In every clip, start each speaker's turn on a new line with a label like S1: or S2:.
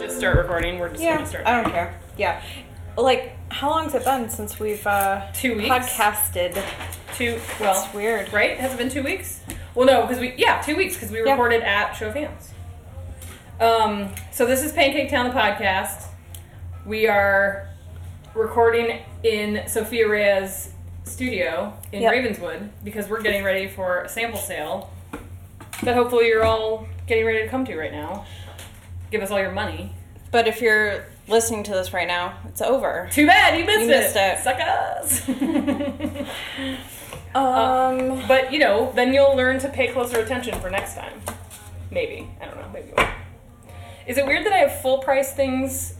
S1: recording. We're just
S2: Yeah,
S1: gonna start.
S2: I don't care. Yeah, like how long's it been since we've uh,
S1: Two weeks.
S2: podcasted?
S1: Two.
S2: Well,
S1: Well,
S2: it's weird.
S1: right? Has it been two weeks? Well, no, because we yeah, two weeks because we
S2: Yeah.
S1: recorded at Show of Hands. Um, so this is Pancake Town, the podcast. We are recording in Sophia Reyes' studio in
S2: Yep.
S1: Ravenswood because we're getting ready for a sample sale that hopefully you're all getting ready to come to right now. Give us all your money.
S2: But if you're listening to this right now, it's over.
S1: Too bad you missed,
S2: You missed it.
S1: Suckers.
S2: Um,
S1: But you know, then you'll learn to pay closer attention for next time. Maybe I don't know. Maybe. you won't. Is it weird that I have full price things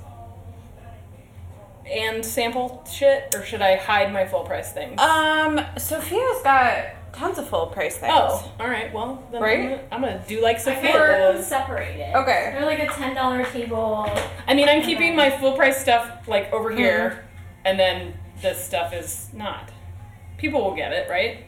S1: and sample shit, or should I hide my full price things?
S2: um, Sophia's got tons of full price things.
S1: oh, all right. Well, then
S2: Right?
S1: I'm, gonna, I'm gonna do like
S3: I got
S1: Sophia
S3: them
S1: does.
S3: separated.
S2: Okay.
S3: They're like a ten dollar table.
S1: I mean, I'm keeping my full price stuff like over here, and then this stuff is not. People will get it, right?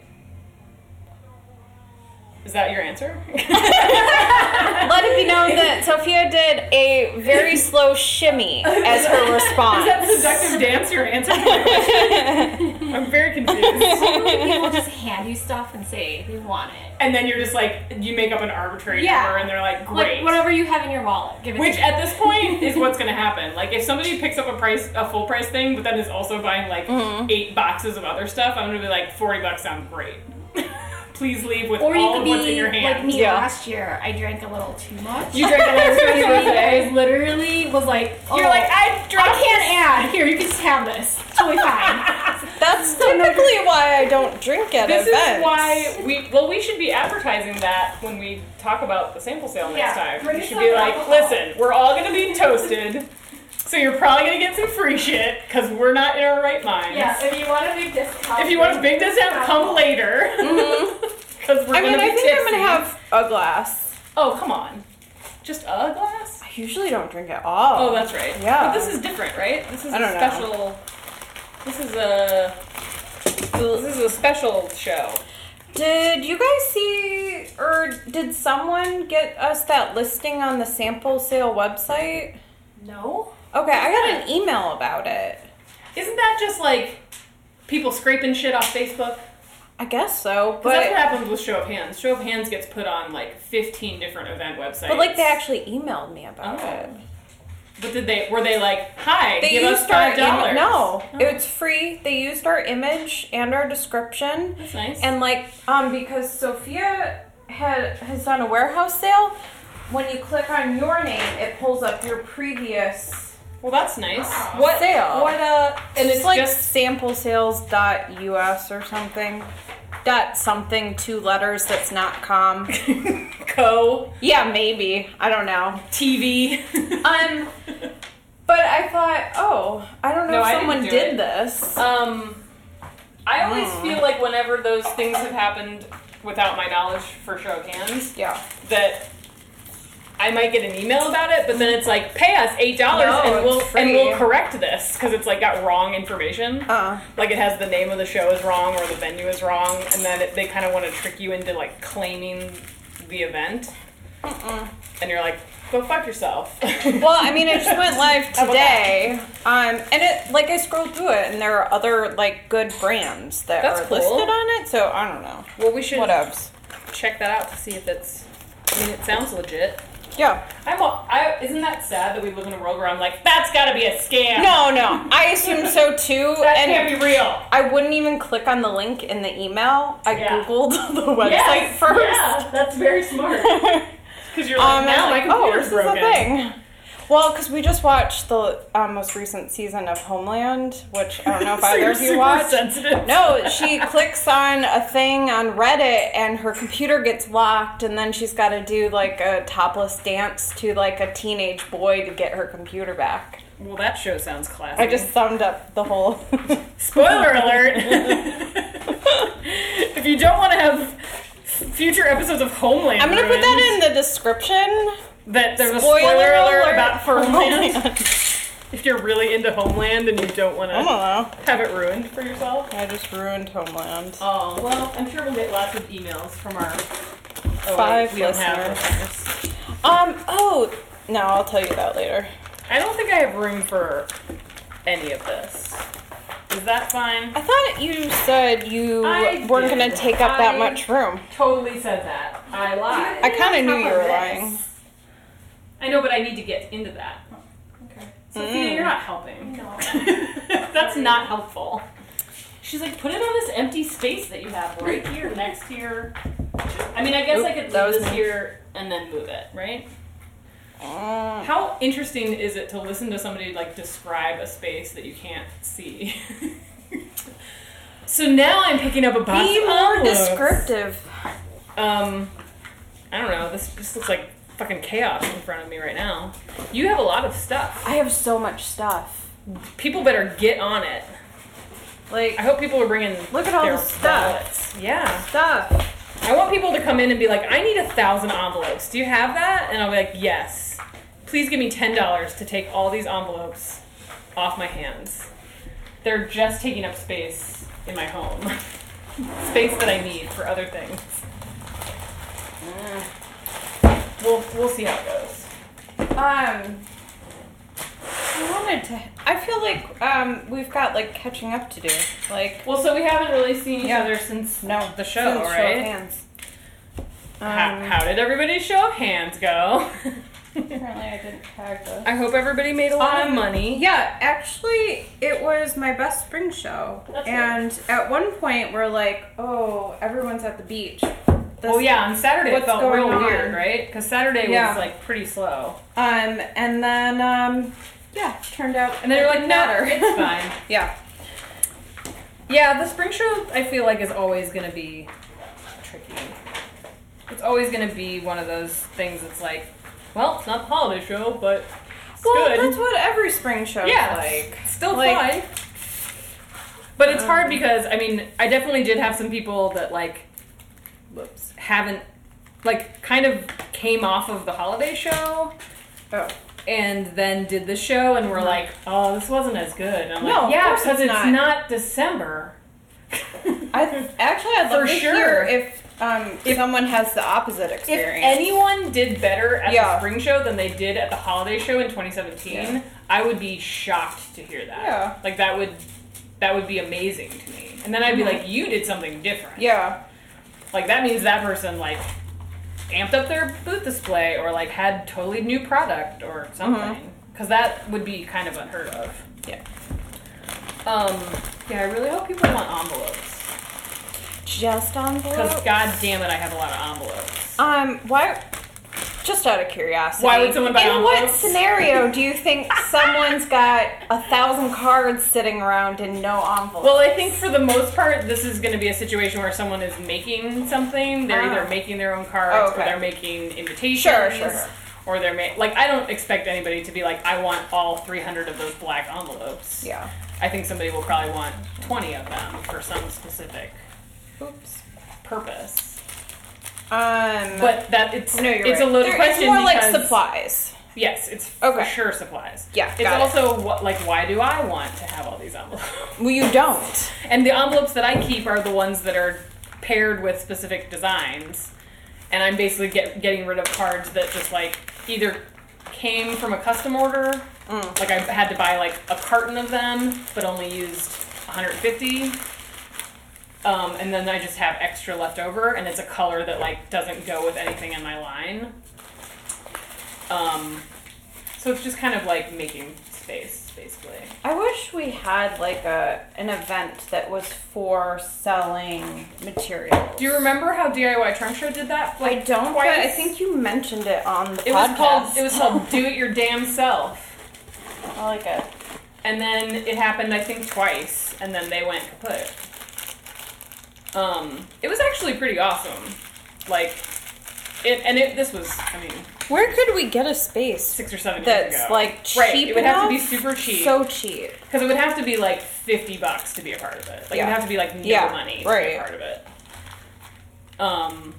S1: Is that your answer?
S2: Let it be known that Sophia did a very slow shimmy as her response.
S1: Is that seductive dance your answer to my question? I'm very confused.
S3: People just hand you stuff and say they want it.
S1: And then you're just like, you make up an arbitrary
S3: Yeah.
S1: number and they're like,
S3: Like
S1: great.
S3: whatever you have in your wallet, give it.
S1: Which
S3: to
S1: at this point is what's gonna happen. Like if somebody picks up a price, a full price thing, but then is also buying like
S3: Mm-hmm.
S1: eight boxes of other stuff, I'm gonna be like, forty bucks sounds great. Please leave with
S3: me. or you
S1: all
S3: could
S1: of
S3: be
S1: what's in your hand.
S3: like me
S2: Yeah.
S3: last year. I drank a little too much.
S1: You drank a little too much today.
S3: I literally was like, oh,
S1: You're like, I
S3: I
S1: dropped
S3: can't add. Here, you can just have this. It's Totally fine.
S2: That's typically why I don't drink at
S1: This
S2: events.
S1: is why we well we should be advertising that when we talk about the sample sale next
S3: Yeah,
S1: time.
S3: bring
S1: We
S3: us
S1: should be
S3: some
S1: like,
S3: alcohol.
S1: listen, we're all gonna be toasted, so you're probably gonna get some free shit because we're not in our right minds.
S3: if you want a big discount.
S1: If you want to big this out, come
S3: Mm-hmm.
S1: later. Because we're
S2: I mean,
S1: gonna
S2: I
S1: be
S2: think I'm
S1: tipsy.
S2: gonna have a glass.
S1: Oh come on, just a glass.
S2: I usually don't drink at all.
S1: Oh, that's right.
S2: Yeah.
S1: But this is different, right? This is
S2: I don't
S1: a
S2: know.
S1: special. This is a. This is a special show.
S2: Did you guys see, or did someone get us that listing on the sample sale website?
S3: No.
S2: Okay, I got an email about it.
S1: Isn't that just like people scraping shit off Facebook?
S2: I guess so,
S1: Because that's what
S2: but
S1: happens with Show of Hands. Show of Hands gets put on like 15 different event websites.
S2: but like they actually emailed me about
S1: Oh.
S2: it.
S1: But did they? Were they like, "Hi,
S2: They
S1: give us
S2: used our
S1: five
S2: im-
S1: dollars"? Oh,
S2: no, it's free. They used our image and our description.
S1: That's nice.
S2: And like, um, because Sophia had has done a warehouse sale, when you click on your name, it pulls up your previous
S1: well, that's nice.
S2: what sale.
S1: What uh? And it's
S2: like
S1: just
S2: samplesales.us or something. Dot something two letters that's not com.
S1: co
S2: yeah, maybe. I don't know.
S1: TV.
S2: Um but I thought, oh, I don't know
S1: No, I
S2: if
S1: didn't
S2: someone
S1: do
S2: did
S1: it.
S2: this.
S1: um, I always
S2: Hmm.
S1: feel like whenever those things have happened without my knowledge for Show of Hands,
S2: Yeah.
S1: that I might get an email about it, but then it's like, pay us eight dollars
S2: No,
S1: and we'll
S2: it's
S1: and
S2: free.
S1: we'll correct this because it's like got wrong information.
S2: Uh
S1: Like it has the name of the show is wrong or the venue is wrong, and then it, they kind of want to trick you into like claiming the event, and you're like, go fuck yourself.
S2: Well, I mean, it just went live
S1: How about
S2: today. Um, and it like I scrolled through it, and there are other like good brands that
S1: That's
S2: are
S1: cool.
S2: listed on it. So I don't know.
S1: well, we should
S2: What ups?
S1: check that out to see if it's. I mean, it sounds legit.
S2: Yeah.
S1: I'm. all- I, isn't that sad that we live in a world where I'm like, that's got to be a scam.
S2: No, no. I assume so too.
S1: that
S2: and
S1: can't be real.
S2: I wouldn't even click on the link in the email. I
S1: Yeah.
S2: googled the website
S1: Yes,
S2: first.
S3: Uh,
S1: Yeah, that's very smart. Because you're like,
S2: Um,
S1: now my
S2: and I was like, oh,
S1: computer's
S2: this
S1: broken.
S2: is a thing. Well, because we just watched the uh, most recent season of Homeland, which I don't know if
S1: So
S2: either
S1: you're
S2: of you
S1: super
S2: watched.
S1: sensitive.
S2: No, she clicks on a thing on Reddit and her computer gets locked, and then she's got to do like a topless dance to like a teenage boy to get her computer back.
S1: Well, that show sounds classic.
S2: I just summed up the whole.
S1: spoiler alert. if you don't want to have future episodes of Homeland,
S2: I'm gonna put
S1: ruined,
S2: that in the description.
S1: That there's a
S2: Spoiler
S1: spoiler, alert,
S2: alert
S1: about
S2: for
S1: Homeland.
S2: Homeland.
S1: If you're really into Homeland and you don't want
S2: I don't
S1: to
S2: know.
S1: have it ruined for yourself.
S2: I just ruined Homeland.
S1: Oh well, I'm sure we'll get lots of emails from our
S2: Five
S1: we don't have
S2: oh, listeners. Um. Oh no, I'll tell you that later.
S1: I don't think I have room for any of this. Is that fine?
S2: I thought you said you
S1: I
S2: weren't
S1: did.
S2: going to take up that
S1: I-
S2: much room.
S1: Totally said that. I lied.
S2: I kind of knew
S3: Top
S2: you
S3: of
S2: were
S3: this.
S2: lying.
S1: I know, but I need to get into that.
S3: Okay.
S2: Mm.
S1: Sophia, you're not helping.
S3: No.
S1: That's not helpful. She's like, put it on this empty space that you have right here next to your. I mean, I guess I
S2: Oop,
S1: could leave
S2: that was
S1: this
S2: me.
S1: here and then move it, right?
S2: Mm.
S1: How interesting is it to listen to somebody like describe a space that you can't see? so now I'm picking up a box
S2: Be
S1: of
S2: more
S1: envelopes.
S2: descriptive.
S1: Um, I don't know. This just looks like fucking chaos in front of me right now. You have a lot of stuff.
S2: I have so much stuff.
S1: People better get on it.
S2: Like
S1: I hope people are bringing
S2: Look at all
S1: their
S2: the stuff.
S1: wallets. Yeah,
S2: stuff.
S1: I want people to come in and be like, "I need a thousand envelopes. Do you have that?" And I'll be like, "Yes." Please give me ten dollars to take all these envelopes off my hands. They're just taking up space in my home, space that I need for other things. We'll we'll see how it goes.
S2: Um I wanted to I feel like um we've got like catching up to do. Like
S1: Well, so we haven't really seen each
S2: Yeah.
S1: other since
S2: no,
S1: the show,
S2: since
S1: right?
S2: Show of hands. Um,
S1: how, how did everybody's show of hands go?
S2: apparently I didn't tag this.
S1: I hope everybody made a lot of
S2: Um,
S1: money.
S2: Yeah, actually it was my best spring show.
S1: That's
S2: and at one point we're like, "Oh, everyone's at the beach."
S1: Oh yeah, on Saturday
S2: what's
S1: it felt
S2: going
S1: real
S2: on?
S1: weird, right? Because Saturday
S2: Yeah.
S1: was like pretty slow,
S2: Um and then um yeah, turned out
S1: and then you're like, "No,
S2: matter.
S1: it's fine."
S2: yeah.
S1: Yeah, the spring show I feel like is always gonna be tricky. It's always gonna be one of those things that's like, well, it's not the holiday show, but it's
S2: Well,
S1: good.
S2: that's what every spring show
S1: yeah,
S2: is like.
S1: like still
S2: like- um,
S1: fun. But it's hard because I mean, I definitely did have some people that like, whoops, haven't like kind of came off of the holiday show
S2: Oh. Mm-hmm.
S1: and then did the show and were like, oh, this wasn't as good. And I'm
S2: No,
S1: like,
S2: of
S1: yeah,
S2: course
S1: because
S2: it's
S1: it's
S2: not."
S1: not December.
S2: I actually I'd love
S1: For
S2: to
S1: sure.
S2: hear if um if someone has the opposite
S1: if
S2: experience.
S1: anyone did better at the
S2: Yeah.
S1: spring show than they did at the holiday show in 2017,
S2: Yeah.
S1: I would be shocked to hear that.
S2: Yeah.
S1: Like that would that would be amazing to me. And then I'd be like, you did something different.
S2: Mm-hmm. yeah.
S1: Like that means that person like amped up their booth display or like had totally new product or something.
S2: Mm-hmm.
S1: Cause that would be kind of unheard of.
S2: Yeah.
S1: Um yeah, I really hope people want envelopes.
S2: Just on
S1: Because god damn it, I have a lot of envelopes.
S2: Um why just out of curiosity.
S1: Why would someone buy
S2: In what
S1: envelopes?
S2: scenario do you think someone's got a thousand cards sitting around and no envelope?
S1: Well, I think for the most part, this is going to be a situation where someone is making something. They're
S2: Ah.
S1: either making their own cards,
S2: Oh, okay.
S1: or they're making invitations,
S2: Sure, sure, sure.
S1: or they're ma- like I don't expect anybody to be like, I want all 300 of those black envelopes.
S2: yeah.
S1: I think somebody will probably want 20 of them for some specific
S2: Oops.
S1: purpose.
S2: Um
S1: But that it's
S2: no, you're
S1: it's
S2: right.
S1: a loaded
S2: There-
S1: question.
S2: It's more like
S1: because-
S2: supplies.
S1: Yes, it's for
S2: Okay.
S1: sure supplies.
S2: Yeah,
S1: it's
S2: got it.
S1: also what like why do I want to have all these envelopes?
S2: Well, you don't.
S1: And the envelopes that I keep are the ones that are paired with specific designs. And I'm basically get, getting rid of cards that just like either came from a custom order, like I had to buy like a carton of them, but only used 150. Um, and then I just have extra left over, and it's a color that like doesn't go with anything in my line. Um, so it's just kind of like making space, basically.
S2: I wish we had like a an event that was for selling materials.
S1: Do you remember how DIY Trunk Show did that?
S2: I don't,
S1: twice?
S2: but I think you mentioned it on the
S1: it was
S2: podcast.
S1: called it was called Do It Your Damn Self,
S2: I like it.
S1: and then it happened I think twice, and then they went kaput. Um, it was actually pretty awesome, like it, and it this was I mean
S2: Where could we get a space
S1: six or seven years ago.
S2: that's like cheap
S1: right? It would have to be
S2: enough?
S1: super cheap because
S2: So cheap.
S1: it would have to be like fifty bucks to be a part of it. Like
S2: Yeah.
S1: it'd have to be like no
S2: Yeah,
S1: money to be
S2: right.
S1: a part of it. Um,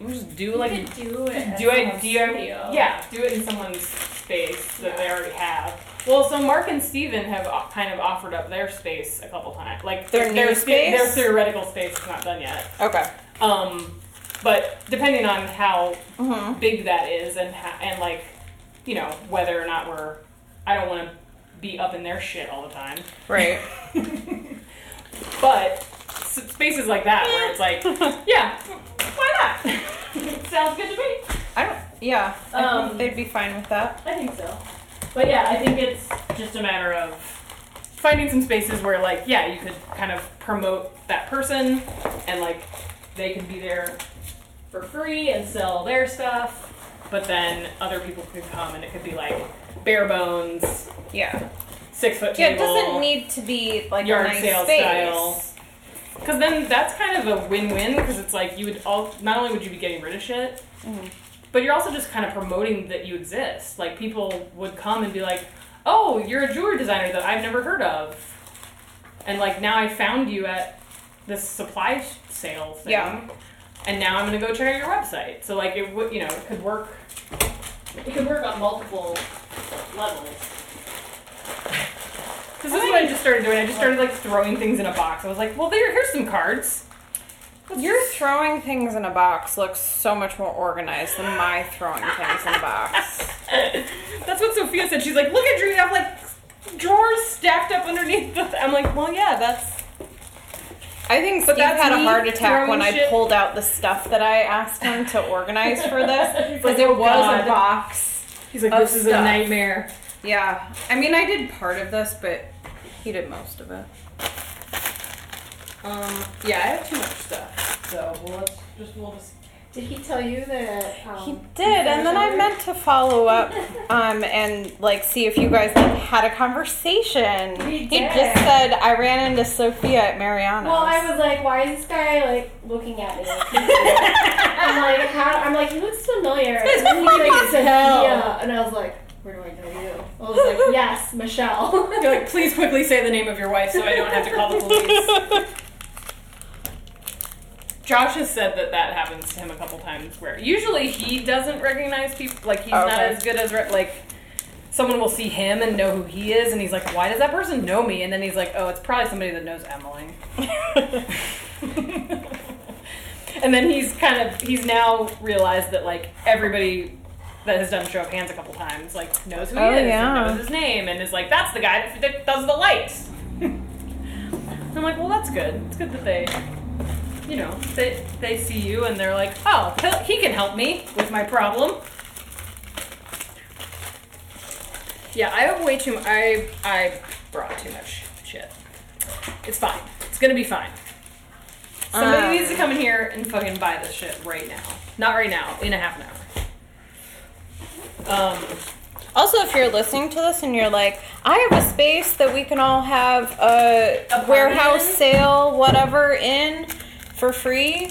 S1: we'll just do like
S3: You could do it.
S1: Do I
S3: as a
S1: do you-
S3: studio.
S1: yeah, do it in someone's space that they already have. Well, so Mark and Steven have o- kind of offered up their space a couple times. Like
S2: Their new
S1: the-
S2: space?
S1: their theoretical space is not done yet.
S2: Okay.
S1: Um, but depending on how
S2: Mhm.
S1: big that is and how, and like you know, whether or not we're, I don't want to be up in their shit all the time.
S2: Right.
S1: But s- spaces like that where it's like, yeah, why not? Sounds good to me.
S2: I don't. Yeah. I
S3: Um,
S2: think they'd be fine with that.
S3: I think so. But yeah, I think it's
S1: Just a matter of finding some spaces where, like, yeah, you could kind of promote that person and, like, they can be there for free and sell their stuff, but then other people could come and it could be like bare bones,
S2: Yeah.
S1: six foot
S2: Yeah.
S1: table.
S2: It doesn't need to be like
S1: yard
S2: a nice
S1: sale
S2: space.
S1: style. Because then that's kind of a win-win because it's like you would all not only would you be getting rid of shit, but you're also just kind of promoting that you exist. Like people would come and be like, "Oh, you're a jewelry designer that I've never heard of," and like now I found you at this supply sh- sale thing,
S2: Yeah.
S1: and now I'm gonna go check out your website. So like it would, you know, it could work.
S3: it can work on multiple levels.
S1: Because this is what I just started doing. I just started like throwing things in a box. I was like, "Well, there, here's some cards."
S2: Your throwing things in a box looks so much more organized than my throwing things in a box.
S1: That's what Sophia said. She's like, look at Drew, you have like drawers stacked up underneath the. I'm like, well, yeah, that's.
S2: I think Steve
S1: that's
S2: had a
S1: me
S2: heart attack
S1: throwing
S2: when I
S1: shit.
S2: pulled out the stuff that I asked him to organize for this
S1: like,
S2: because there
S1: oh
S2: was
S1: God.
S2: a box.
S1: He's like,
S2: Of
S1: this is a
S2: stuff.
S1: nightmare.
S2: Yeah, I mean, I did part of this, but he did most of it.
S1: Um, yeah, I have too much stuff, so well, let's just we'll just.
S3: Did he tell you that? Um,
S2: He did, and then I meant to follow up um, and like see if you guys like had a conversation.
S3: We
S2: He
S3: did.
S2: just said I ran into Sophia at Mariana's.
S3: Well, I was like, why is this guy like looking at me? I'm like, how? I'm like, he looks familiar.
S2: It's
S3: And he's like,
S2: fucking
S3: Yeah, and I was like, where do I know you? I was like, yes, Michelle.
S1: You're like, please quickly say the name of your wife so I don't have to call the police. Josh has said that that happens to him a couple times. Where usually he doesn't recognize people, like he's not
S2: Okay.
S1: as good as re- like. Someone will see him and know who he is, and he's like, "Why does that person know me?" And then he's like, "Oh, it's probably somebody that knows Emily." and then he's kind of he's now realized that like everybody that has done show of hands a couple times like knows who he
S2: Oh,
S1: is
S2: yeah.
S1: and knows his name and is like that's the guy that, that does the lights i'm like well that's good it's good that they you know they they see you and they're like oh he'll- he can help me with my problem yeah i have way too mu- i i brought too much shit it's fine it's gonna be fine Somebody
S2: Um,
S1: needs to come in here and fucking buy this shit right now. Not right now, in a half an hour. Um,
S2: Also, if you're listening to this and you're like, I have a space that we can all have a
S1: A party
S2: warehouse
S1: in?
S2: sale, whatever, in for free,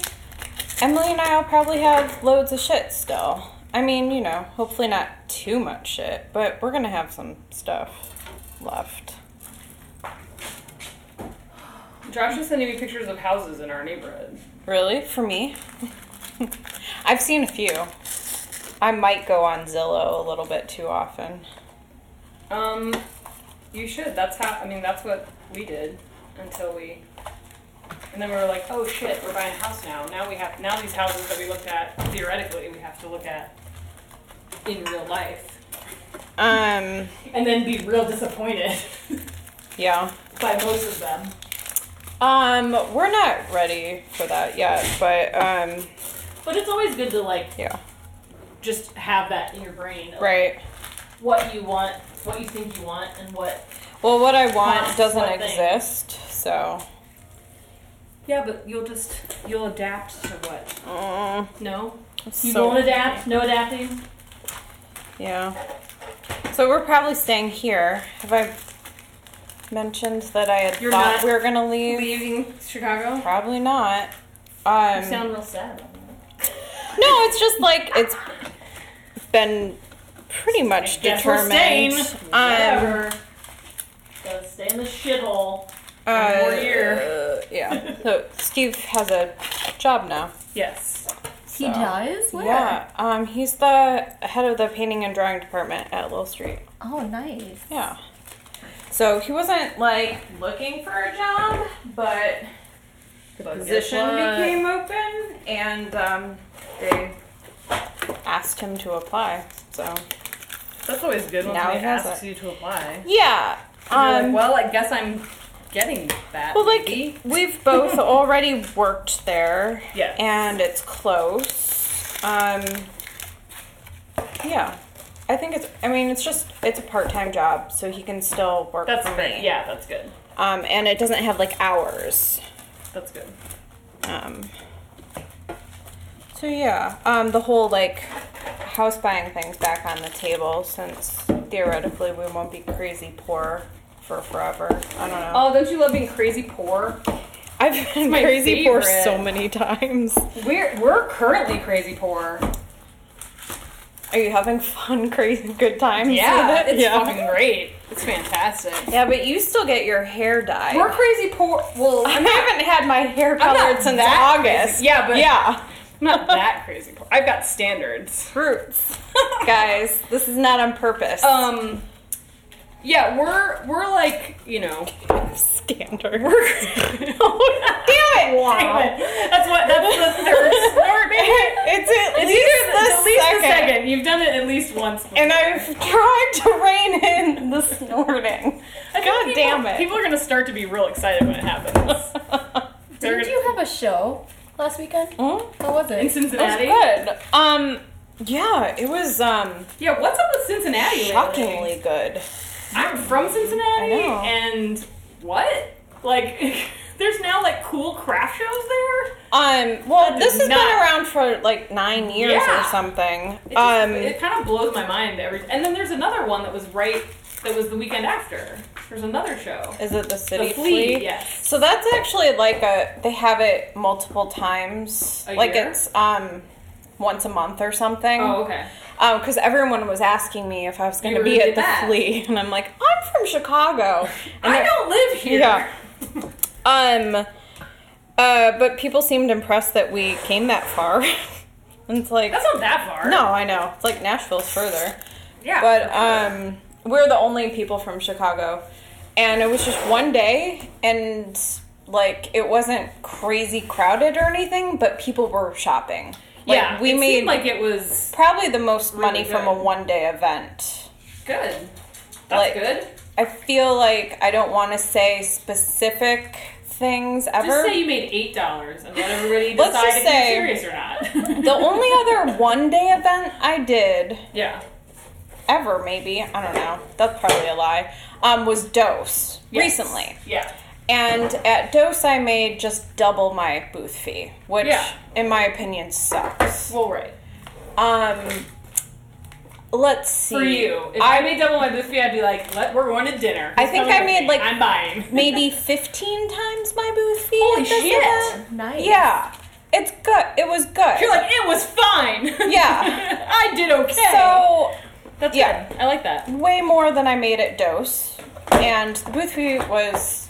S2: Emily and I will probably have loads of shit still. I mean, you know, hopefully not too much shit, but we're gonna have some stuff left.
S1: Josh is sending me pictures of houses in our neighborhood.
S2: Really? For me? I've seen a few. I might go on Zillow a little bit too often.
S1: Um, you should. That's how, I mean, that's what we did until we. And then we were like, oh shit, we're buying a house now. Now we have, now these houses that we looked at, theoretically, we have to look at in real life.
S2: Um,
S1: And then be real disappointed
S2: yeah.
S1: by most of them.
S2: Um, we're not ready for that yet, but um,
S1: But it's always good to like
S2: yeah,
S1: just have that in your brain. of,
S2: right.
S1: what you want, what you think you want, and what.
S2: Well, what I want
S1: That's
S2: doesn't
S1: one thing.
S2: exist, so
S1: Yeah, but you'll just you'll adapt to what.
S2: mm,
S1: No,
S3: you
S2: so-
S3: won't adapt. No adapting.
S2: yeah. So we're probably staying here. Have I mentioned that I had
S1: You're
S2: thought
S1: not
S2: we were gonna leave?
S1: leaving Chicago.
S2: Probably not. Um,
S3: You sound real sad. about that.
S2: no, it's just like it's been pretty much
S1: guess we're
S2: determined.
S1: staying.
S2: Um,
S3: Whatever. Gotta stay in the shithole.
S1: One more
S2: uh,
S1: year.
S2: yeah. So Steve has a job now.
S1: Yes.
S3: He
S2: So-
S3: does.
S2: Yeah, um, he's the head of the painting and drawing department at Lowell Street.
S3: Oh, nice.
S2: Yeah. So he wasn't like looking for a job, but the
S1: But guess
S2: position
S1: what?
S2: became open, and um, they asked him to apply. So
S1: That's always good when
S2: Now
S1: somebody
S2: he has
S1: asks you to apply.
S2: Yeah.
S1: You're
S2: Um,
S1: like, well, I guess I'm getting that.
S2: well, like
S1: maybe."
S2: we've both already worked there.
S1: Yeah.
S2: And it's close. Um, yeah. I think it's. I mean, it's just it's a part time job, so he can still work
S1: that's
S2: for
S1: great.
S2: me.
S1: Yeah, that's good.
S2: Um, and it doesn't have like hours.
S1: That's good.
S2: Um, so yeah, um, the whole like house buying thing's back on the table since theoretically we won't be crazy poor for forever. I don't know.
S1: Oh, don't you love being crazy poor?
S2: I've been
S1: my
S2: crazy poor
S1: favorite.
S2: so many times.
S1: We're we're currently crazy poor.
S2: Are you having fun, crazy good times?
S1: Yeah,
S2: with it?
S1: it's
S2: yeah.
S1: fucking great. It's fantastic.
S2: yeah, but you still get your hair dyed.
S1: We're crazy poor. Well,
S2: I
S1: I'm
S2: haven't had my hair
S1: not
S2: colored since
S1: that
S2: August.
S1: crazy. Yeah, but-
S2: yeah,
S1: not that crazy poor. I've got standards.
S2: roots, guys. This is not on purpose.
S1: Um, yeah, we're we're like you know.
S2: Standard.
S1: Wow.
S2: Oh, Damn it!
S1: That's what. That's the third snort. Maybe.
S2: It's at
S1: It's
S2: least,
S1: either the,
S2: the,
S1: at least
S2: second.
S1: the second. You've done it at least once. Before.
S2: And I've tried to rein in the snorting.
S1: I think
S2: God
S1: people-
S2: damn it.
S1: People are gonna start to be real excited when it happens. They're
S3: Didn't
S1: gonna-
S3: you have a show last weekend?
S2: Mm,
S3: How was
S1: in
S3: it?
S1: Cincinnati?
S2: That was good. Um, yeah, it was um
S1: Yeah, what's up with Cincinnati? lately?
S2: shockingly good.
S1: I'm from Cincinnati,
S2: I know.
S1: and what? Like, there's now like cool craft shows there.
S2: Um, well,
S1: That
S2: this
S1: is
S2: has
S1: nuts.
S2: been around for like nine years
S1: Yeah.
S2: or something.
S1: It, just-
S2: Um,
S1: it kind of blows my mind every. And then there's another one that was right. That was the weekend after. There's another show.
S2: is it the city
S1: the
S2: flea?
S1: flea. Yes.
S2: So that's actually like a they have it multiple times.
S1: A
S2: like
S1: year?
S2: it's um once a month or something.
S1: Oh, okay.
S2: because everyone was asking me if I was going
S1: You
S2: to
S1: were
S2: be
S1: gonna do
S2: at the
S1: that.
S2: flea, and I'm like, I'm from Chicago. And
S1: I
S2: it-
S1: don't live here.
S2: Yeah. Um, uh, but people seemed impressed that we came that far. And it's like,
S1: That's not that far.
S2: no, I know. It's like Nashville's further,
S1: Yeah.
S2: but um, we're the only people from Chicago, and it was just one day, and like it wasn't crazy crowded or anything, but people were shopping. Like,
S1: yeah,
S2: we
S1: it
S2: made
S1: seemed like it was
S2: probably the most money
S1: Really
S2: from a
S1: good.
S2: one day event.
S1: good. That's
S2: Like,
S1: good.
S2: I feel like I don't want to say specific things ever.
S1: Just say you made eight dollars and let everybody
S2: Let's
S1: decide
S2: just
S1: if
S2: say-
S1: you're serious or not.
S2: the only other one day event I did
S1: yeah.
S2: ever, maybe, I don't know, that's probably a lie, um, was Dose
S1: Yes.
S2: recently.
S1: Yeah.
S2: And at Dose, I made just double my booth fee, which,
S1: Yeah.
S2: in my opinion, sucks.
S1: Well, right.
S2: Um, let's see.
S1: For you, if I, made double my booth fee, I'd be like, let, "We're going to dinner."
S2: I
S1: Just
S2: think
S1: tell me
S2: I made,
S1: everything.
S2: like-
S1: I'm buying.
S2: maybe 15 times my booth fee.
S1: Holy
S2: at this
S1: shit.
S2: event.
S3: Nice.
S2: Yeah, it's good. It was good.
S1: You're like, it was fine.
S2: Yeah.
S1: I did okay.
S2: So
S1: that's
S2: yeah.
S1: good. I like that.
S2: way more than I made at Dose, and the booth fee was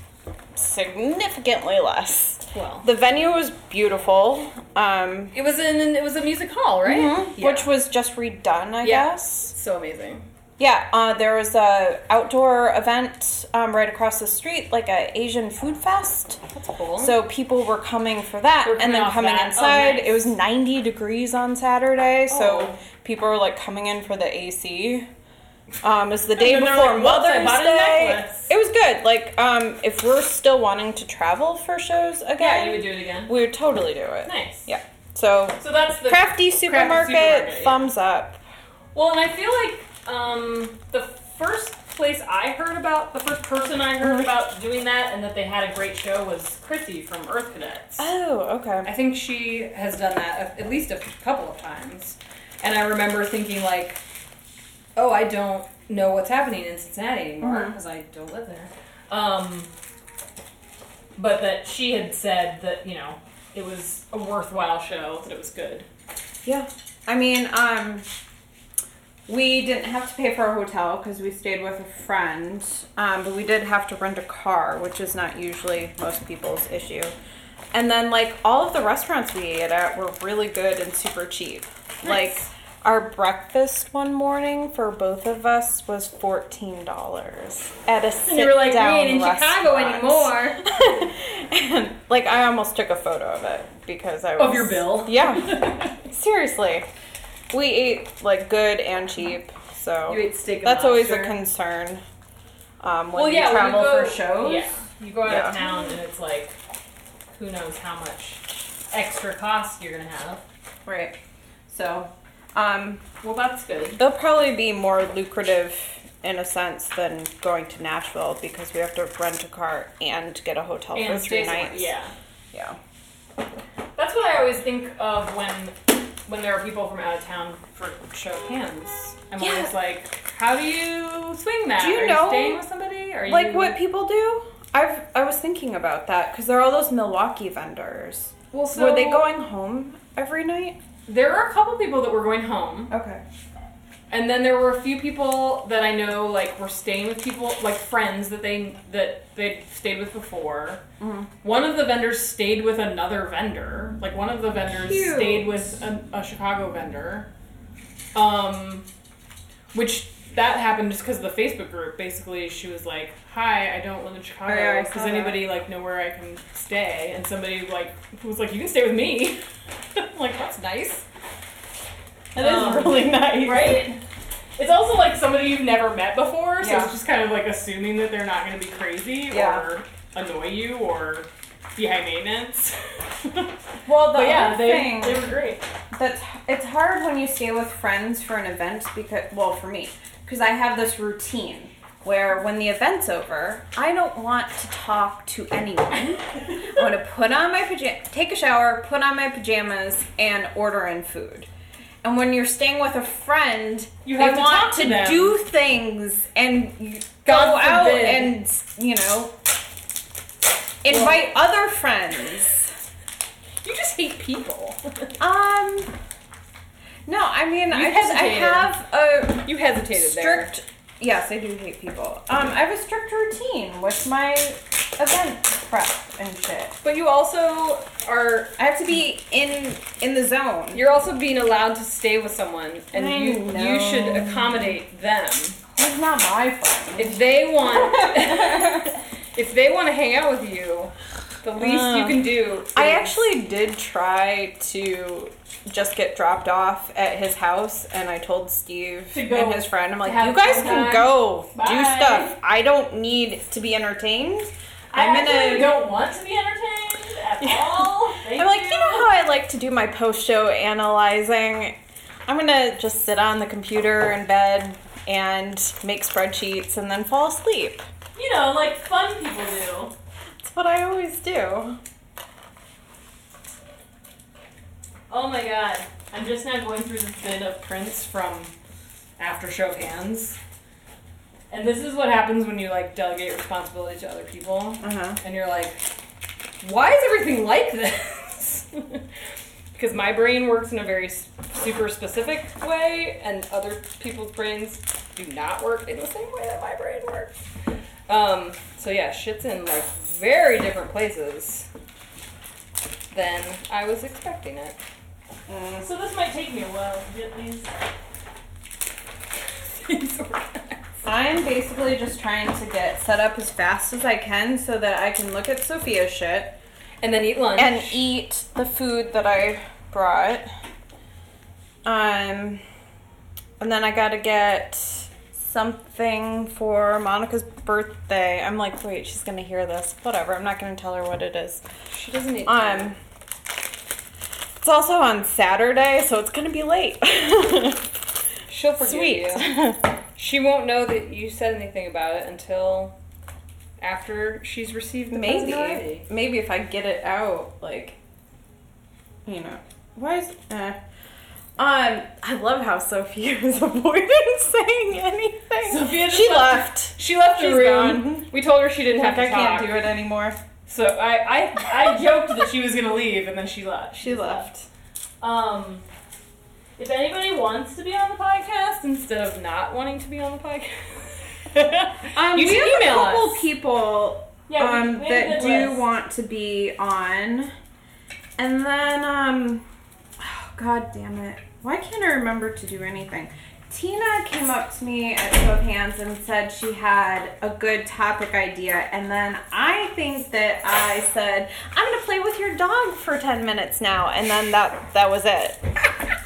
S2: significantly less.
S1: Well,
S2: The venue was beautiful, um, mm-hmm.
S1: it was in it was a music hall, right? Yeah.
S2: which was just redone, I
S1: Yeah.
S2: guess.
S1: so amazing.
S2: Yeah, uh, there was a outdoor event um, right across the street, like a Asian food fest.
S1: That's cool.
S2: So people were coming for that
S1: Oh. Were coming
S2: and then
S1: off
S2: coming
S1: that. Oh,
S2: inside.
S1: nice.
S2: It was 90 degrees on Saturday, so
S1: Oh.
S2: people were like coming in for the AC. Um, it's the day
S1: then they're
S2: before
S1: like, "Whoops,
S2: Mother's
S1: I bought a
S2: Day.
S1: necklace."
S2: It was good. Like, um, if we're still wanting to travel for shows again,
S1: yeah, you would do it again.
S2: we would totally do it.
S1: Nice.
S2: Yeah. So,
S1: So that's the
S2: crafty supermarket,
S1: supermarket, yeah.
S2: thumbs up.
S1: Well, and I feel like um, the first place I heard about, the first person I
S2: Mm-hmm.
S1: heard about doing that and that they had a great show was Chrissy from Earth Cadets.
S2: Oh, okay.
S1: I think she has done that a- at least a couple of times. And I remember thinking, like, oh, I don't know what's happening in Cincinnati anymore
S2: Mm-hmm.
S1: because I don't live there. Um, but that she had said that, you know, it was a worthwhile show, that it was good.
S2: Yeah. I mean, um, we didn't have to pay for a hotel because we stayed with a friend, um, but we did have to rent a car, which is not usually most people's issue. And then, like, all of the restaurants we ate at were really good and super cheap. Like,
S1: Nice.
S2: our breakfast one morning for both of us was fourteen dollars at a sit
S1: And you were like, we
S2: down
S1: ain't in Chicago anymore.
S2: anymore. like, I almost took a photo of it because I was
S1: Of your bill.
S2: Yeah, seriously, we ate like good and cheap, so
S1: You ate steak. and
S2: that's always a
S1: lobster.
S2: concern. Um, when
S1: Well, yeah,
S2: you travel
S1: when you go,
S2: for shows.
S1: Yeah, you go out
S2: Yeah.
S1: of town and it's like, who knows how much extra cost you're gonna have.
S2: Right. So, um,
S1: Well, that's good.
S2: they'll probably be more lucrative in a sense than going to Nashville because we have to rent a car and get a hotel for
S1: And stay
S2: three
S1: somewhere-
S2: nights.
S1: Yeah,
S2: Yeah.
S1: that's what I always think of when when there are people from out of town for show hands. I'm
S2: Yeah.
S1: always like, how do you swing that?
S2: Do you
S1: are
S2: know-
S1: you staying with somebody? Are
S2: Like
S1: you,
S2: what people do? I've I was thinking about that because there are all those Milwaukee vendors.
S1: Well, so
S2: Were they going home every night?
S1: There were a couple people that were going home.
S2: Okay.
S1: And then there were a few people that I know like were staying with people like friends that they that they stayed with before.
S2: Mm-hmm.
S1: One of the vendors stayed with another vendor. Like one of the vendors
S2: Cute.
S1: stayed with a, a Chicago vendor. Um which that happened just because of the Facebook group. Basically, she was like, "Hi, I don't live in Chicago.
S2: Oh, yeah, I saw
S1: Does anybody like know where I can stay?" And somebody like was like, "You can stay with me." I'm like that's nice.
S2: That is
S1: Um,
S2: really nice.
S1: Right? It's also like somebody you've never met before, so
S2: Yeah.
S1: it's just kind of like assuming that they're not going to be crazy
S2: Yeah.
S1: or annoy you or be high maintenance.
S2: Well, the
S1: but yeah,
S2: other
S1: they,
S2: thing
S1: they were great.
S2: that's it's hard when you stay with friends for an event because well for me because i have this routine where when the event's over i don't want to talk to anyone i want to put on my pajamas take a shower put on my pajamas and order in food and when you're staying with a friend
S1: You have
S2: they
S1: to
S2: want
S1: talk to them.
S2: do things and you go
S1: God
S2: out
S1: forbid.
S2: and you know invite other friends
S1: You just hate people.
S2: um, no, I mean, I just, I
S1: hesitated.
S2: have a
S1: You hesitated there.
S2: strict. Yes, I do hate people. Um, I have a strict routine with my event prep and shit.
S1: But you also are
S2: I have to be in in the zone.
S1: you're also being allowed to stay with someone and
S2: I
S1: you you
S2: know.
S1: should accommodate them.
S2: It's not my fault.
S1: If they want if they want to hang out with you, the least you
S2: Uh.
S1: can do
S2: I
S1: is-
S2: actually did try to just get dropped off at his house, and I told Steve
S1: To go
S2: and his friend, I'm like,
S1: have
S2: you guys
S1: fun
S2: can
S1: time.
S2: go do
S1: Bye."
S2: stuff. I don't need to be entertained.
S1: I
S2: I'm in
S1: actually
S2: a
S1: don't want to be entertained at
S2: Yeah.
S1: all. Thank
S2: I'm like, you know how I like to do my post show analyzing? I'm gonna just sit on the computer in bed and make spreadsheets and then fall asleep.
S1: you know, like fun people do.
S2: That's what I always do.
S1: Oh my god, I'm just now going through this bit of prints from After Show Hands, and this is what happens when you like delegate responsibility to other people,
S2: Uh huh.
S1: and you're like, why is everything like this? Because my brain works in a very s- super specific way, and other people's brains do not work in the same way that my brain works. Um, so yeah, shit's in like very different places than I was expecting it. So this might take me a while to get these things organized.
S2: I'm basically just trying to get set up as fast as I can so that I can look at Sophia's shit
S1: and then eat lunch.
S2: and eat the food that I brought. Um, and then I gotta get something for Monica's birthday. I'm like, wait, she's gonna hear this. Whatever, I'm not gonna tell her what it is.
S1: she doesn't need.
S2: Um, it's also on Saturday, so it's gonna be late.
S1: she'll forgive
S2: Sweet.
S1: you. She won't know that you said anything about it until after she's received the present
S2: maybe,
S1: already.
S2: maybe if I get it out, like, you know, why is eh. um? I love how Sophia is avoiding saying anything.
S1: Sophia just
S2: she
S1: left.
S2: left.
S1: She left the
S2: She's
S1: room.
S2: gone.
S1: We told her she didn't have
S2: Like
S1: to
S2: I can't
S1: talk.
S2: do it anymore.
S1: So I, I, I joked that she was gonna leave, and then she left.
S2: She left.
S1: Um, if anybody wants to be on the podcast instead of not wanting to be on the podcast,
S2: Um,
S1: you
S2: we
S1: can
S2: have
S1: email
S2: a couple
S1: us.
S2: people
S1: yeah, we-
S2: um,
S1: we have a
S2: that
S1: good
S2: do
S1: list.
S2: want to be on. And then, um, oh, god damn it. Why can't I remember to do anything? Tina came up to me at Show of Hands and said she had a good topic idea. And then I think that I said, I'm going to play with your dog for 10 minutes now. And then that, that was it.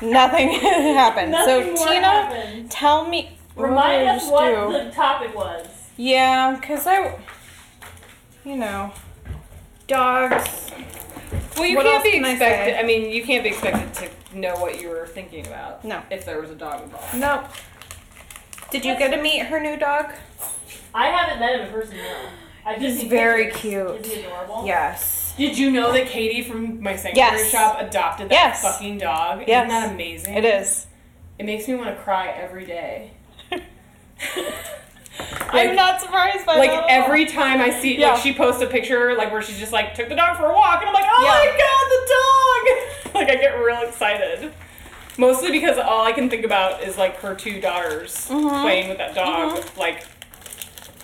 S2: Nothing happened.
S1: Nothing
S2: so,
S1: more
S2: Tina,
S1: happened.
S2: tell me. What
S4: Remind
S2: did I
S4: us
S2: just
S4: what
S2: do?
S4: the topic was.
S2: Yeah, because I, you know, dogs.
S1: Well, you
S2: What
S1: can't
S2: else
S1: be
S2: can I
S1: expected.
S2: say?
S1: I, mean, you can't be expected to know what you were thinking about.
S2: No.
S1: If there was a dog involved.
S2: Nope. Did you get to meet her new dog?
S4: I haven't met him in person. No. I've just
S2: He's
S4: seen
S2: very
S4: pictures.
S2: cute.
S4: Is he adorable?
S2: Yes.
S1: Did you know that Katie from my sanctuary
S2: Yes.
S1: shop adopted that
S2: Yes.
S1: fucking dog? Isn't
S2: Yes.
S1: that amazing?
S2: It is.
S1: It makes me want to cry every day.
S2: I'm not surprised by
S1: Like
S2: that. at all.
S1: every time I see,
S2: Yeah.
S1: like she posts a picture, like where she's just like took the dog for a walk, and I'm like, oh
S2: Yeah.
S1: my god, the dog! like I get real excited. Mostly because all I can think about is like her two daughters
S2: Mm-hmm.
S1: playing with that dog, like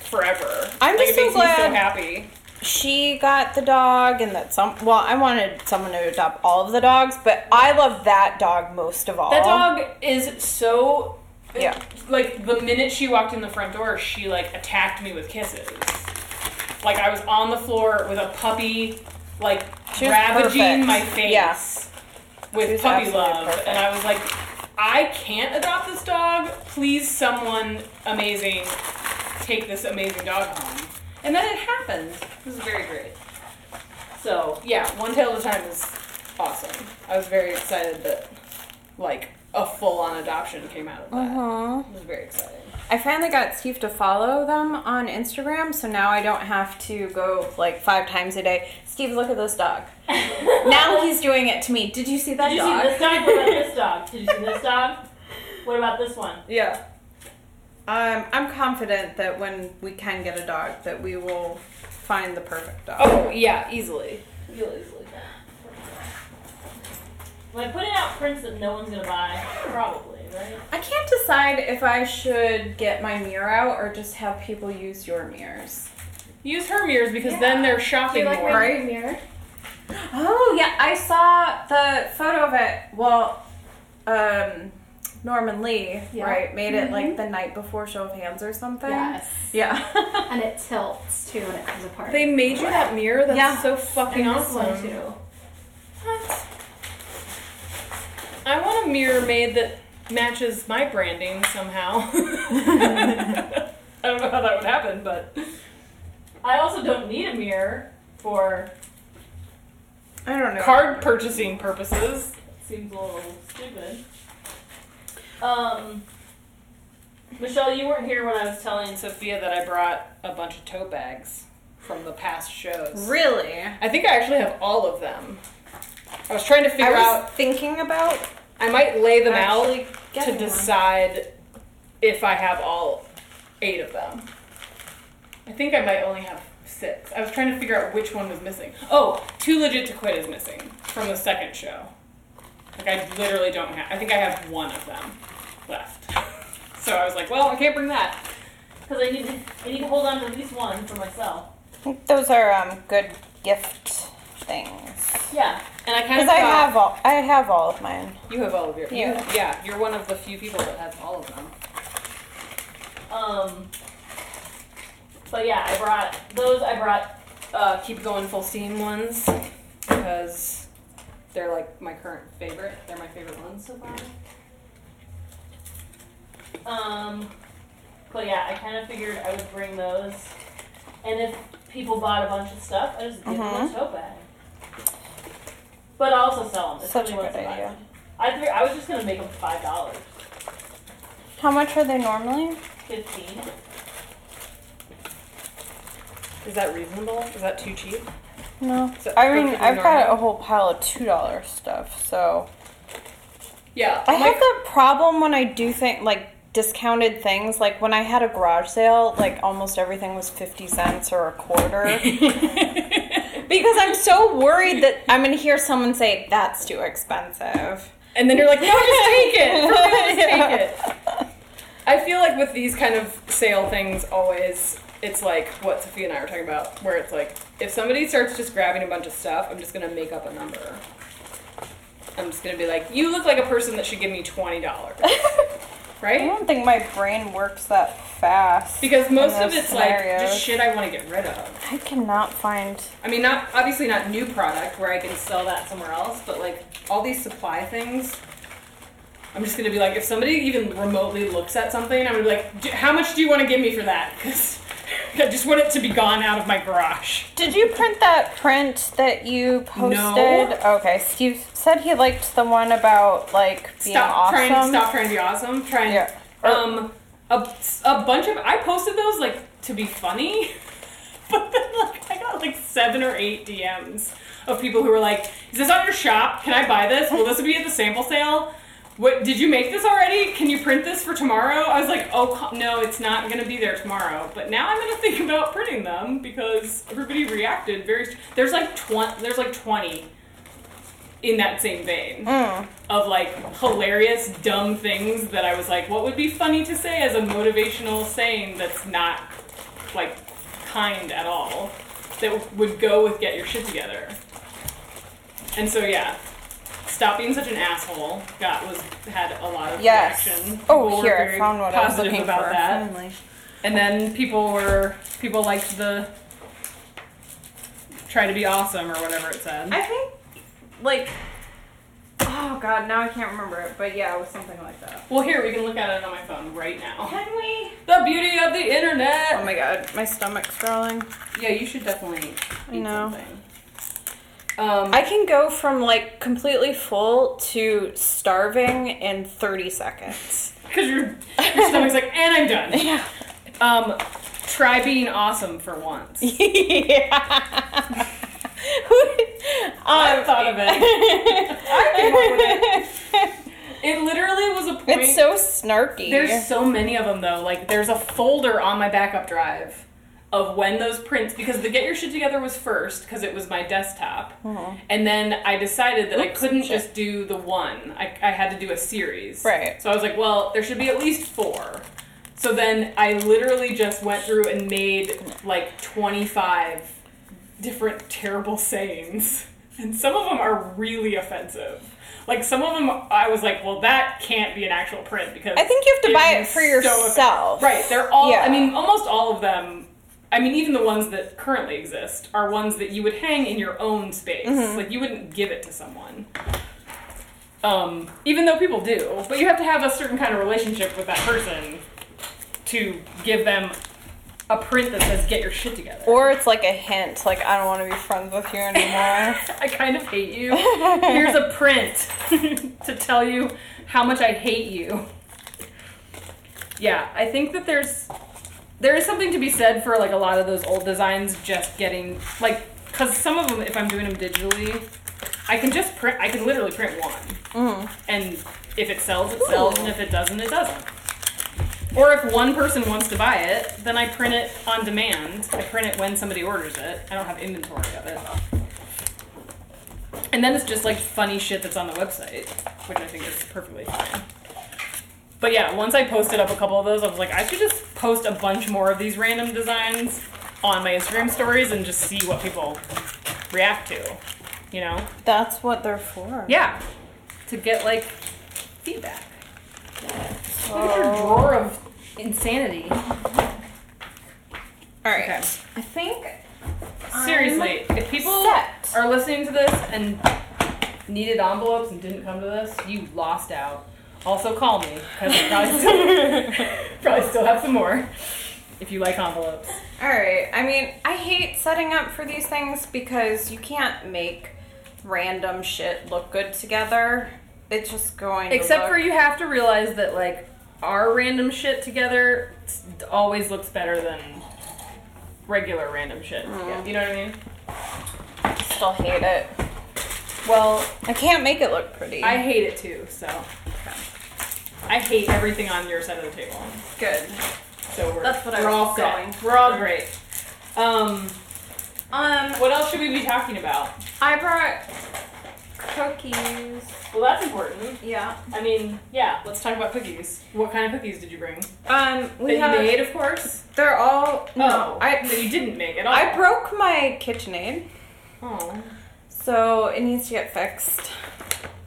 S1: forever.
S2: I'm
S1: like,
S2: just
S1: it makes
S2: so
S1: me so
S2: glad-
S1: happy.
S2: she got the dog, and that some. Well, I wanted someone to adopt all of the dogs, but I love that dog most of all.
S1: That dog is so.
S2: Yeah.
S1: Like the minute she walked in the front door, she like attacked me with kisses. Like I was on the floor with a puppy, like
S2: She was
S1: ravaging
S2: perfect.
S1: my face
S2: Yeah. She
S1: with
S2: was
S1: puppy
S2: absolutely
S1: love,
S2: perfect.
S1: and I was like, I can't adopt this dog. Please, someone amazing, take this amazing dog home. And then it happened. This is very great. So yeah, one tail at a time is awesome. I was very excited that like a full on adoption came out of that.
S2: Aw.
S1: It was very exciting.
S2: I finally got Steve to follow them on Instagram, so now I don't have to go like five times a day. Steve, look at this dog. now he's doing it to me. Did you see that
S4: Did you
S2: dog?
S4: see this dog? What about this dog? Did you see this dog? What about this one?
S2: Yeah. Um, I'm confident that when we can get a dog, that we will find the perfect dog.
S1: Oh yeah, easily.
S4: You'll easily get Like putting out prints that no one's gonna buy, probably, right?
S2: I can't decide if I should get my mirror out or just have people use your mirrors.
S1: Use her mirrors because then they're shopping
S3: you like
S1: more.
S3: my new mirror?
S2: Oh yeah, I saw the photo of it. Well, um, Norman Lee,
S3: Yeah.
S2: right, made it like the night before Show of Hands or something. Yeah.
S3: And it tilts too when it comes apart.
S1: They made you that mirror. That's
S2: Yeah.
S1: so fucking
S3: and this
S1: awesome.
S3: one too.
S1: What? I want a mirror made that matches my branding somehow. I don't know how that would happen, but
S4: I also don't need a mirror for
S2: I don't know.
S1: card purchasing purposes.
S4: seems a little stupid. Um Michelle, you weren't here when I was telling
S1: And Sophia that I brought a bunch of tote bags from the past shows.
S2: really?
S1: I think I actually have all of them. I was trying to figure
S2: I was
S1: out.
S2: thinking about
S1: I might lay them
S2: actually
S1: out to
S2: getting one.
S1: decide if I have all eight of them. I think I might only have six. I was trying to figure out which one was missing. Oh, Too Legit to Quit is missing from the second show. Like, I literally don't have, I think I have one of them left. So I was like, well, I can't bring that.
S4: because I need to I need to hold on to at least one for myself.
S2: I think those are um, good gift things.
S4: Yeah.
S1: And I kind of thought,
S2: Because I have all, I have all of mine.
S1: you have all of your, yeah.
S2: Yeah.
S1: You, yeah, you're one of the few people that has all of them.
S4: Um but yeah, I brought those I brought
S1: uh, keep going full steam ones because they're like my current favorite. They're my favorite ones so far.
S4: um but yeah, I kinda figured I would bring those. And if people bought a bunch of stuff, I just give them
S2: Mhm.
S4: a tote bag. But I'll also sell them. If
S2: Such a
S4: somebody
S2: good
S4: wants to buy
S2: idea.
S4: them. I figured I was just gonna make them five dollars.
S2: How much are they normally?
S4: Fifteen.
S1: Is that reasonable? Is that too cheap?
S2: No.
S1: So-
S2: I mean,
S1: perfectly
S2: I've got
S1: normal.
S2: a whole pile of two dollar stuff, so
S1: Yeah.
S2: I have that problem when I do think like discounted things. Like when I had a garage sale, like almost everything was fifty cents or a quarter. because I'm so worried that I'm gonna hear someone say that's too expensive.
S1: and then you're like, no, just take it. For real, just
S2: Yeah.
S1: take it. I feel like with these kind of sale things, always it's like what Sophia and I were talking about, where it's like if somebody starts just grabbing a bunch of stuff, I'm just gonna make up a number. I'm just gonna be like, you look like a person that should give me twenty dollars,
S2: I
S1: right?
S2: don't think my brain works that fast.
S1: Because most
S2: in
S1: of
S2: those
S1: it's like just
S2: scenarios.
S1: shit I want to get rid of.
S2: I cannot find.
S1: I mean, not obviously not new product where I can sell that somewhere else, but like all these supply things, I'm just gonna be like, if somebody even remotely looks at something, I'm gonna be like, "D- how much do you want to give me for that? Because I just want it to be gone out of my garage.
S2: Did you print that print that you posted? Okay, Steve said he liked the one about like being
S1: Stop
S2: awesome.
S1: trying to stop trying to be awesome. Trying
S2: Yeah.
S1: um a, a bunch of I posted those like to be funny, but then like I got like seven or eight DMs of people who were like, "Is this on your shop? Can I buy this? Will this be at the sample sale?" What, did you make this already? Can you print this for tomorrow? I was like, oh co- no, it's not gonna be there tomorrow. But now I'm gonna think about printing them because everybody reacted very. str- There's like twenty. There's like twenty in that same vein
S2: Mm.
S1: of like hilarious dumb things that I was like, what would be funny to say as a motivational saying that's not like kind at all that would go with get your shit together. And so yeah, stop being such an asshole. Got was had a lot of
S2: Yes.
S1: reaction. People
S2: Oh,
S1: were
S2: here I
S1: very
S2: found what I was
S1: positive
S2: looking
S1: about
S2: for.
S1: that.
S2: Finally.
S1: And then people were people liked the try to be awesome or whatever it said.
S2: I think, like, oh god, now I can't remember it, but yeah, it was something like that.
S1: well, here we can look at it on my phone right now.
S3: Can we?
S1: The beauty of the internet.
S2: Oh my god, my stomach's growling.
S1: Yeah, you should definitely.
S2: I know.
S1: Um,
S2: I can go from like completely full to starving in 30 seconds.
S1: because your your stomach's like, and I'm done.
S2: Yeah.
S1: Um, try being awesome for once.
S2: yeah. Um,
S1: I thought of it. I came up
S2: it.
S1: It literally was a point.
S2: It's so snarky.
S1: There's so many of them though. Like there's a folder on my backup drive of when those prints because the get your shit together was first because it was my desktop and then i decided that i
S2: Oops,
S1: couldn't
S2: shit.
S1: just do the one I, I had to do a series
S2: Right.
S1: so i was like well there should be at least four so then i literally just went through and made like 25 different terrible sayings and some of them are really offensive like some of them i was like well that can't be an actual print because
S2: I think you have to buy it
S1: is
S2: for
S1: so-
S2: yourself.
S1: Right. They're all,
S2: Yeah.
S1: I mean, almost all of them, I mean, even the ones that currently exist are ones that you would hang in your own space. Like, you wouldn't give it to someone. Um, even though people do, but you have to have a certain kind of relationship with that person to give them a print that says "Get your shit together."
S2: Or it's like a hint, like I don't want to be friends with you anymore.
S1: I kind of hate you. Here's a print to tell you how much I hate you. Yeah, I think that there's there is something to be said for like a lot of those old designs just getting like cuz some of them if I'm doing them digitally, I can just print I can literally print one. And if it sells, it sells, and if it doesn't, it doesn't. Or if one person wants to buy it, then I print it on demand. I print it when somebody orders it. I don't have inventory of it. And then it's just like funny shit that's on the website, which I think is perfectly fine. But yeah, once I posted up a couple of those, I was like, I should just post a bunch more of these random designs on my Instagram stories and just see what people react to, you know?
S2: That's what they're for.
S1: Yeah. To get like feedback. Look at your drawer of insanity.
S2: All right.
S1: Okay.
S2: I think
S1: Seriously, if people
S2: set.
S1: are listening to this and needed envelopes and didn't come to this, you lost out. Also, call me because I probably still, probably still have some more if you like envelopes.
S2: All right. I mean, I hate setting up for these things because you can't make random shit look good together. It's just going. to
S1: Except
S2: look-
S1: for you have to realize that like our random shit together s- always looks better than regular random shit. together. You know what I mean?
S2: I still hate it.
S1: Well,
S2: I can't make it look pretty.
S1: I hate it too. So I hate everything on your side of the table.
S2: good.
S1: So we're
S2: That's what I
S1: we're
S2: was
S1: all set.
S2: going.
S1: We're all great. Um,
S2: Um,
S1: what else should we be talking about?
S2: I brought cookies.
S1: Well, that's important.
S2: Yeah.
S1: I mean, yeah, let's talk about cookies. What kind of cookies did you bring?
S2: Um,
S1: that
S2: we
S1: you
S2: have.
S1: made, of course.
S2: They're all no.
S1: oh, that
S2: I
S1: you didn't make at all.
S2: I broke my KitchenAid,
S1: oh,
S2: so it needs to get fixed.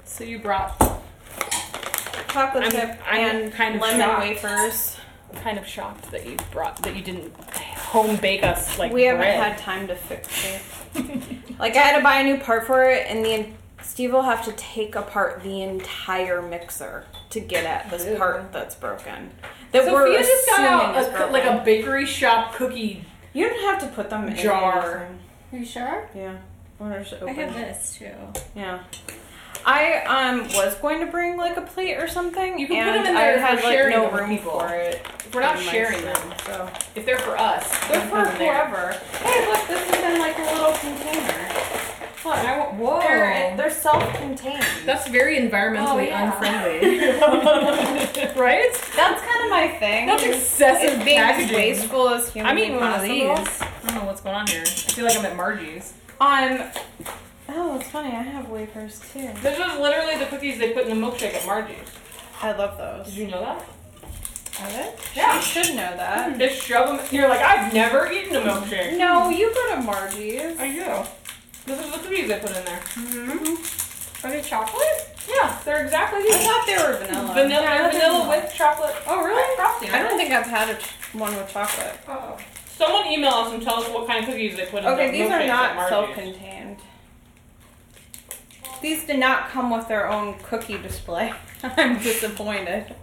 S1: so you brought
S2: Chocolate
S1: I'm-
S2: chip
S1: I'm
S2: and
S1: kind of
S2: lemon
S1: shocked.
S2: wafers.
S1: kind of shocked that you brought that you didn't home bake us like
S2: we haven't
S1: bread.
S2: had time to fix it. like I had to buy a new part for it, and the Steve will have to take apart the entire mixer to get at this
S1: Ew.
S2: part that's broken. That we're
S1: Sophia just got
S2: assuming
S1: out
S2: is
S1: a, co-
S2: broken.
S1: like a bakery shop cookie.
S2: You don't have to put them in
S1: Jar.
S2: anything.
S3: Are you sure?
S2: Yeah. Or just
S3: I
S2: open.
S3: have this too.
S2: Yeah. I um was going to bring like a plate or something.
S1: You can
S2: and
S1: put them in there
S2: I
S1: if
S2: had
S1: we're
S2: like
S1: sharing
S2: no
S1: them with
S2: room
S1: people.
S2: for it.
S1: If we're not
S2: in my
S1: sharing
S2: room,
S1: them,
S2: so
S1: if they're for us,
S2: they're
S1: we
S2: for
S1: put them there.
S2: whoever. Hey, look, this is in like a little container.
S1: What? I want, whoa.
S2: Oh. They're, they're self-contained.
S1: That's very environmentally
S3: Oh, yeah.
S1: unfriendly. right?
S2: That's kind of my thing.
S1: That's
S2: is-
S1: excessive
S2: is being as
S1: packaging.
S2: wasteful as humanly
S1: I'm eating one of
S2: possible.
S1: these. I don't know what's going on here. I feel like I'm at Margie's.
S2: Um. Oh, it's funny. I have wafers too.
S1: This is literally the cookies they put in the milkshake at Margie's.
S2: I love
S1: Did
S2: those.
S1: you know that?
S2: Are they?
S1: Yeah.
S2: You should know that.
S1: Just shove them. You're like, I've never eaten a milkshake.
S2: No, you go to Margie's.
S1: I do. This is the cookies they put in there.
S2: mm-hmm. Are they chocolate?
S1: Yeah, they're exactly
S2: I
S1: these.
S2: thought they were vanilla.
S1: Vanilla,
S2: I don't think-
S1: vanilla with chocolate.
S2: Oh, really?
S1: Frosting.
S2: I don't think I've had a ch- one with chocolate.
S1: Oh. Someone email us and tell us what kind of cookies they put in
S2: Okay,
S1: the
S2: these are
S1: milkshakes at
S2: not
S1: Margie's.
S2: self-contained. These did not come with their own cookie display. I'm disappointed.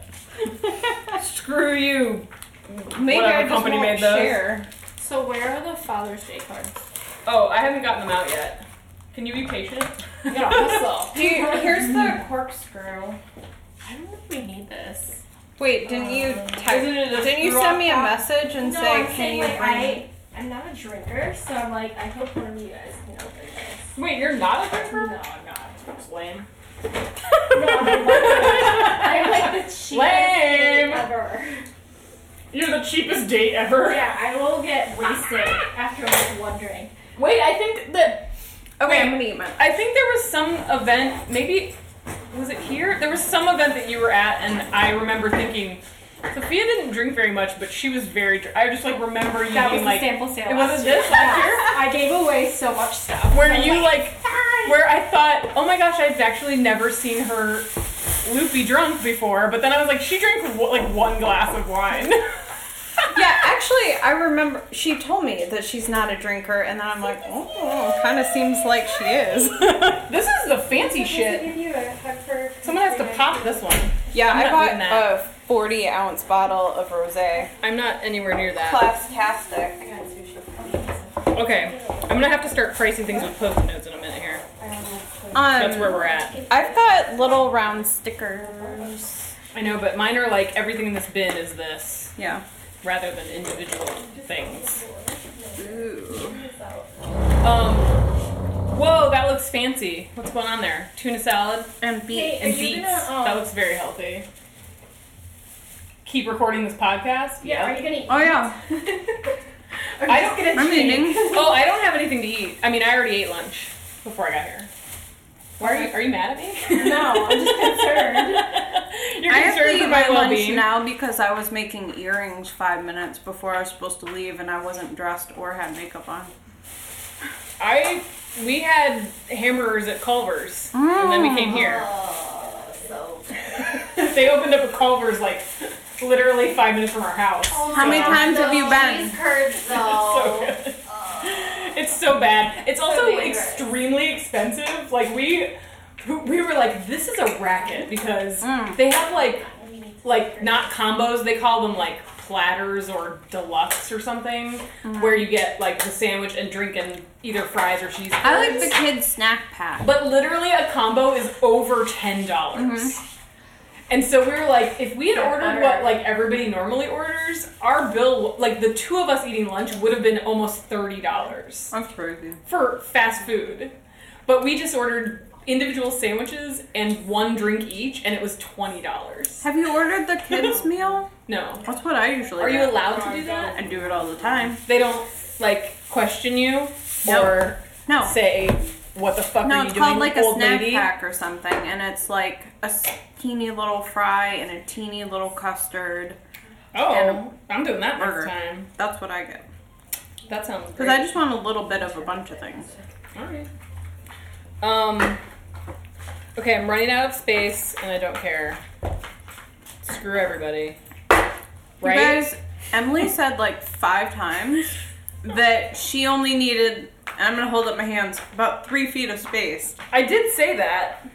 S1: Screw you.
S2: Maybe
S1: Whatever
S2: I just
S1: company
S2: won't
S1: made those.
S2: share.
S3: So where are the Father's Day cards?
S1: Oh, I haven't gotten them out yet. Can you be patient?
S3: You gotta hustle.
S2: Do you- here's the corkscrew.
S3: I don't think we need this.
S2: Wait, didn't you text?
S1: Isn't it a
S2: Didn't you
S1: straw
S2: send me a
S1: hat?
S2: message and
S3: no,
S2: say,
S3: I'm
S2: "Can
S3: saying
S2: you?"
S3: like
S2: bring
S3: I, I'm not a drinker, so I'm like I hope one of you guys can open this.
S1: Wait, you're not a
S3: No,
S1: drinker?
S3: I'm not.
S1: That's lame.
S3: I'm like the cheapest
S1: Lame.
S3: date ever.
S1: You're the cheapest date ever.
S3: Yeah, I will get wasted after like one drink.
S1: Wait, I think that
S2: Okay, I'm
S1: Wait.
S2: gonna eat mine.
S1: I think there was some event. Maybe was it here? There was some event that you were at, and I remember thinking Sophia didn't drink very much, but she was very. Dr- I just like remember you
S3: That was
S1: being
S3: the
S1: like,
S3: sample sale.
S1: it
S3: last
S1: wasn't
S3: year.
S1: this last year.
S3: I gave away so much stuff.
S1: Where
S3: I'm
S1: you
S3: like,
S1: like, where I thought, oh my gosh, I've actually never seen her loopy drunk before. But then I was like, she drank w- like one glass of wine.
S2: Yeah, actually, I remember she told me that she's not a drinker, and then I'm like, oh, kind of seems like she is.
S1: this is the fancy
S3: I'm supposed to
S1: shit.
S3: give you a hug for-
S1: Someone has to pop this one.
S2: yeah,
S1: I'm not
S2: I
S1: doing
S2: bought
S1: that.
S2: a 40 ounce bottle of rosé.
S1: I'm not anywhere near that.
S2: Plastastic.
S3: I got sushi.
S1: Okay, I'm gonna have to start pricing things with post-it notes in a minute here.
S3: I don't know.
S2: Um,
S1: That's where we're at.
S2: I've got little round stickers.
S1: I know, but mine are like everything in this bin is this
S2: Yeah.
S1: rather than individual things.
S2: Ooh.
S1: Um, whoa, that looks fancy. What's going on there? Tuna salad
S2: And beet.
S3: Hey,
S1: and
S3: Are you
S1: beets.
S3: gonna, um,
S1: that looks very healthy. Keep recording this podcast.
S3: Yeah, are you gonna eat?
S2: Oh yeah,
S3: Or
S1: I don't-
S3: just gonna
S2: I'm
S3: cheat?
S2: eating.
S1: oh, I don't have anything to eat. I mean, I already ate lunch before I got here. Why are you? Are you mad at me?
S3: No, I'm just concerned.
S1: You're
S2: I have to
S1: concerned
S2: eat
S1: for
S2: my
S1: my
S2: lunch
S1: well-being.
S2: now because I was making earrings five minutes before I was supposed to leave, and I wasn't dressed or had makeup on.
S1: I we had hamburgers at Culver's, and then we came here.
S3: Mm. Oh, so
S1: they opened up a Culver's like literally five minutes from our house.
S2: How many times have you been?
S3: These curds, though.
S1: It's so good. It's so bad. It's also
S3: dangerous.
S1: extremely expensive. Like we we were like, this is a racket because
S2: Mm.
S1: they have like
S3: We need to-
S1: like not combos, they call them like platters or deluxe or something where you get like the sandwich and drink and either fries or cheese.
S2: I like the
S1: curds.
S2: kids snack pack.
S1: But literally, a combo is over ten dollars.
S2: Mm-hmm.
S1: And so we were like, if we had
S3: Yeah,
S1: ordered
S3: butter.
S1: what like everybody normally orders, our bill, like the two of us eating lunch, would have been almost thirty dollars
S2: That's crazy.
S1: for fast food. But we just ordered individual sandwiches and one drink each, and it was twenty dollars.
S2: Have you ordered the kids meal?
S1: No,
S2: That's what I usually.
S1: are you
S2: get.
S1: allowed to do that?
S2: I do it all the time.
S1: They don't like question you
S2: No.
S1: or
S2: No.
S1: say what the fuck
S2: No,
S1: are you
S2: it's
S1: doing,
S2: called like a
S1: old
S2: snack
S1: lady?
S2: pack or something, and it's like a s- teeny little fry and a teeny little custard.
S1: Oh, I'm doing that
S2: Burger.
S1: next time.
S2: That's what I get
S1: That sounds
S2: because I just want a little bit of a bunch of things.
S1: Alright. Um Okay, I'm running out of space and I don't care. Screw everybody. Right?
S2: You guys, Emily said like five times that she only needed and I'm gonna hold up my hands about three feet of space,
S1: I did say that,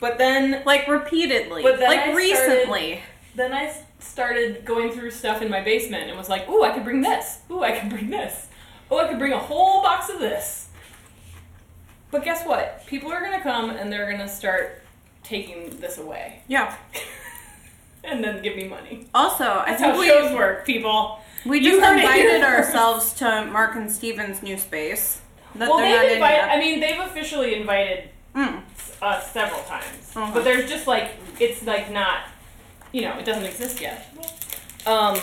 S1: but then
S2: like repeatedly,
S1: But then
S2: like
S1: I started-
S2: recently.
S1: then I s- started going through stuff in my basement and was like, "Ooh, I could bring this. Ooh, I could bring this. Oh, I could bring a whole box of this." But guess what? People are gonna come and they're gonna start taking this away,
S2: Yeah.
S1: and then give me money.
S2: Also, I
S1: That's
S2: think
S1: how
S2: we
S1: shows work, people.
S2: we
S1: You
S2: just
S1: heard it
S2: invited
S1: here first.
S2: ourselves to Mark and Steven's new space. That
S1: well,
S2: they're
S1: they've
S2: not
S1: invited. I
S2: in
S1: mean, they've officially invited
S2: yet. Mm.
S1: us several times,
S2: Uh-huh.
S1: but there's just like it's like not, you know, it doesn't exist yet. Um,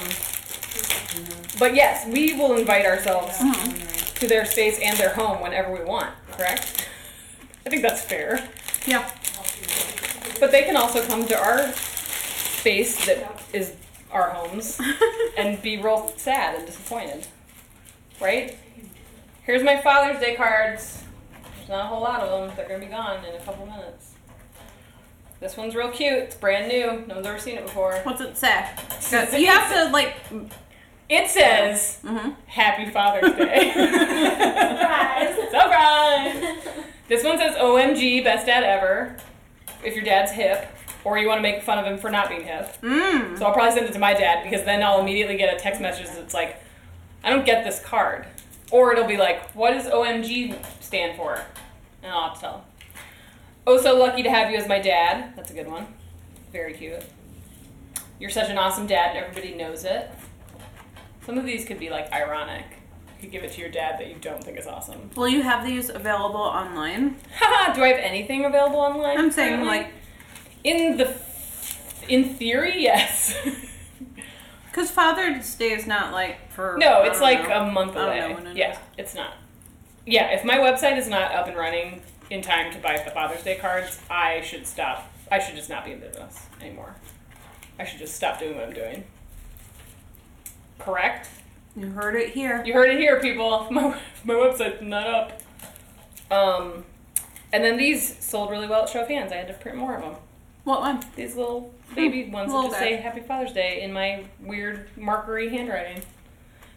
S1: but yes, we will invite ourselves
S2: Uh-huh.
S1: to their space and their home whenever we want. Correct? I think that's fair.
S2: Yeah.
S1: But they can also come to our space that is our homes and be real sad and disappointed. Right? Here's my Father's Day cards. There's not a whole lot of them. They're going to be gone in a couple minutes. This one's real cute. It's brand new. No one's ever seen it before.
S2: What's it say? You have to like.
S1: It says,
S2: mhm.
S1: Happy Father's Day.
S3: Surprise.
S1: Surprise! This one says, OMG, best dad ever. If your dad's hip, or you want to make fun of him for not being hip.
S2: Mm.
S1: So I'll probably send it to my dad because then I'll immediately get a text message that's like, I don't get this card. Or it'll be like, what does OMG stand for? And I'll have to tell him. Oh, so lucky to have you as my dad. That's a good one. Very cute. You're such an awesome dad and everybody knows it. Some of these could be like ironic. You could give it to your dad that you don't think is awesome.
S2: Will you have these available online?
S1: Haha, do I have anything available online?
S2: I'm saying
S1: currently?
S2: like,
S1: in the in theory, yes.
S2: cause Father's Day is not like for.
S1: No,
S2: I
S1: it's
S2: don't
S1: like um, a
S2: know.
S1: month
S2: I don't
S1: away.
S2: know when it
S1: yeah,
S2: is.
S1: it's not. Yeah, if my website is not up and running in time to buy the Father's Day cards, I should stop. I should just not be in business anymore. I should just stop doing what I'm doing. Correct?
S2: You heard it here.
S1: You heard it here, people. My, my website's not up. Um, and then these sold really well at Show of Hands. I had to print more of them.
S2: What one?
S1: These little baby ones that
S2: Little
S1: just
S2: guy.
S1: say Happy Father's Day in my weird markery handwriting.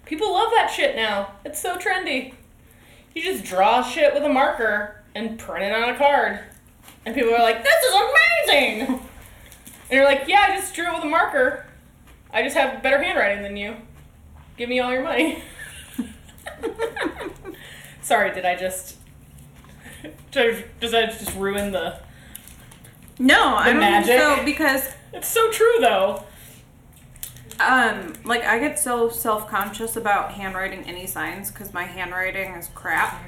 S1: People love that shit now. It's so trendy. You just draw shit with a marker and print it on a card. And people are like, this is amazing! And you're like, yeah, I just drew it with a marker. I just have better handwriting than you. Give me all your money. Sorry, did I just. Did I, did I just ruin the.
S2: No, I don't
S1: magic?
S2: think so because
S1: It's so true though.
S2: um like I get so self conscious about handwriting any signs because my handwriting is crap,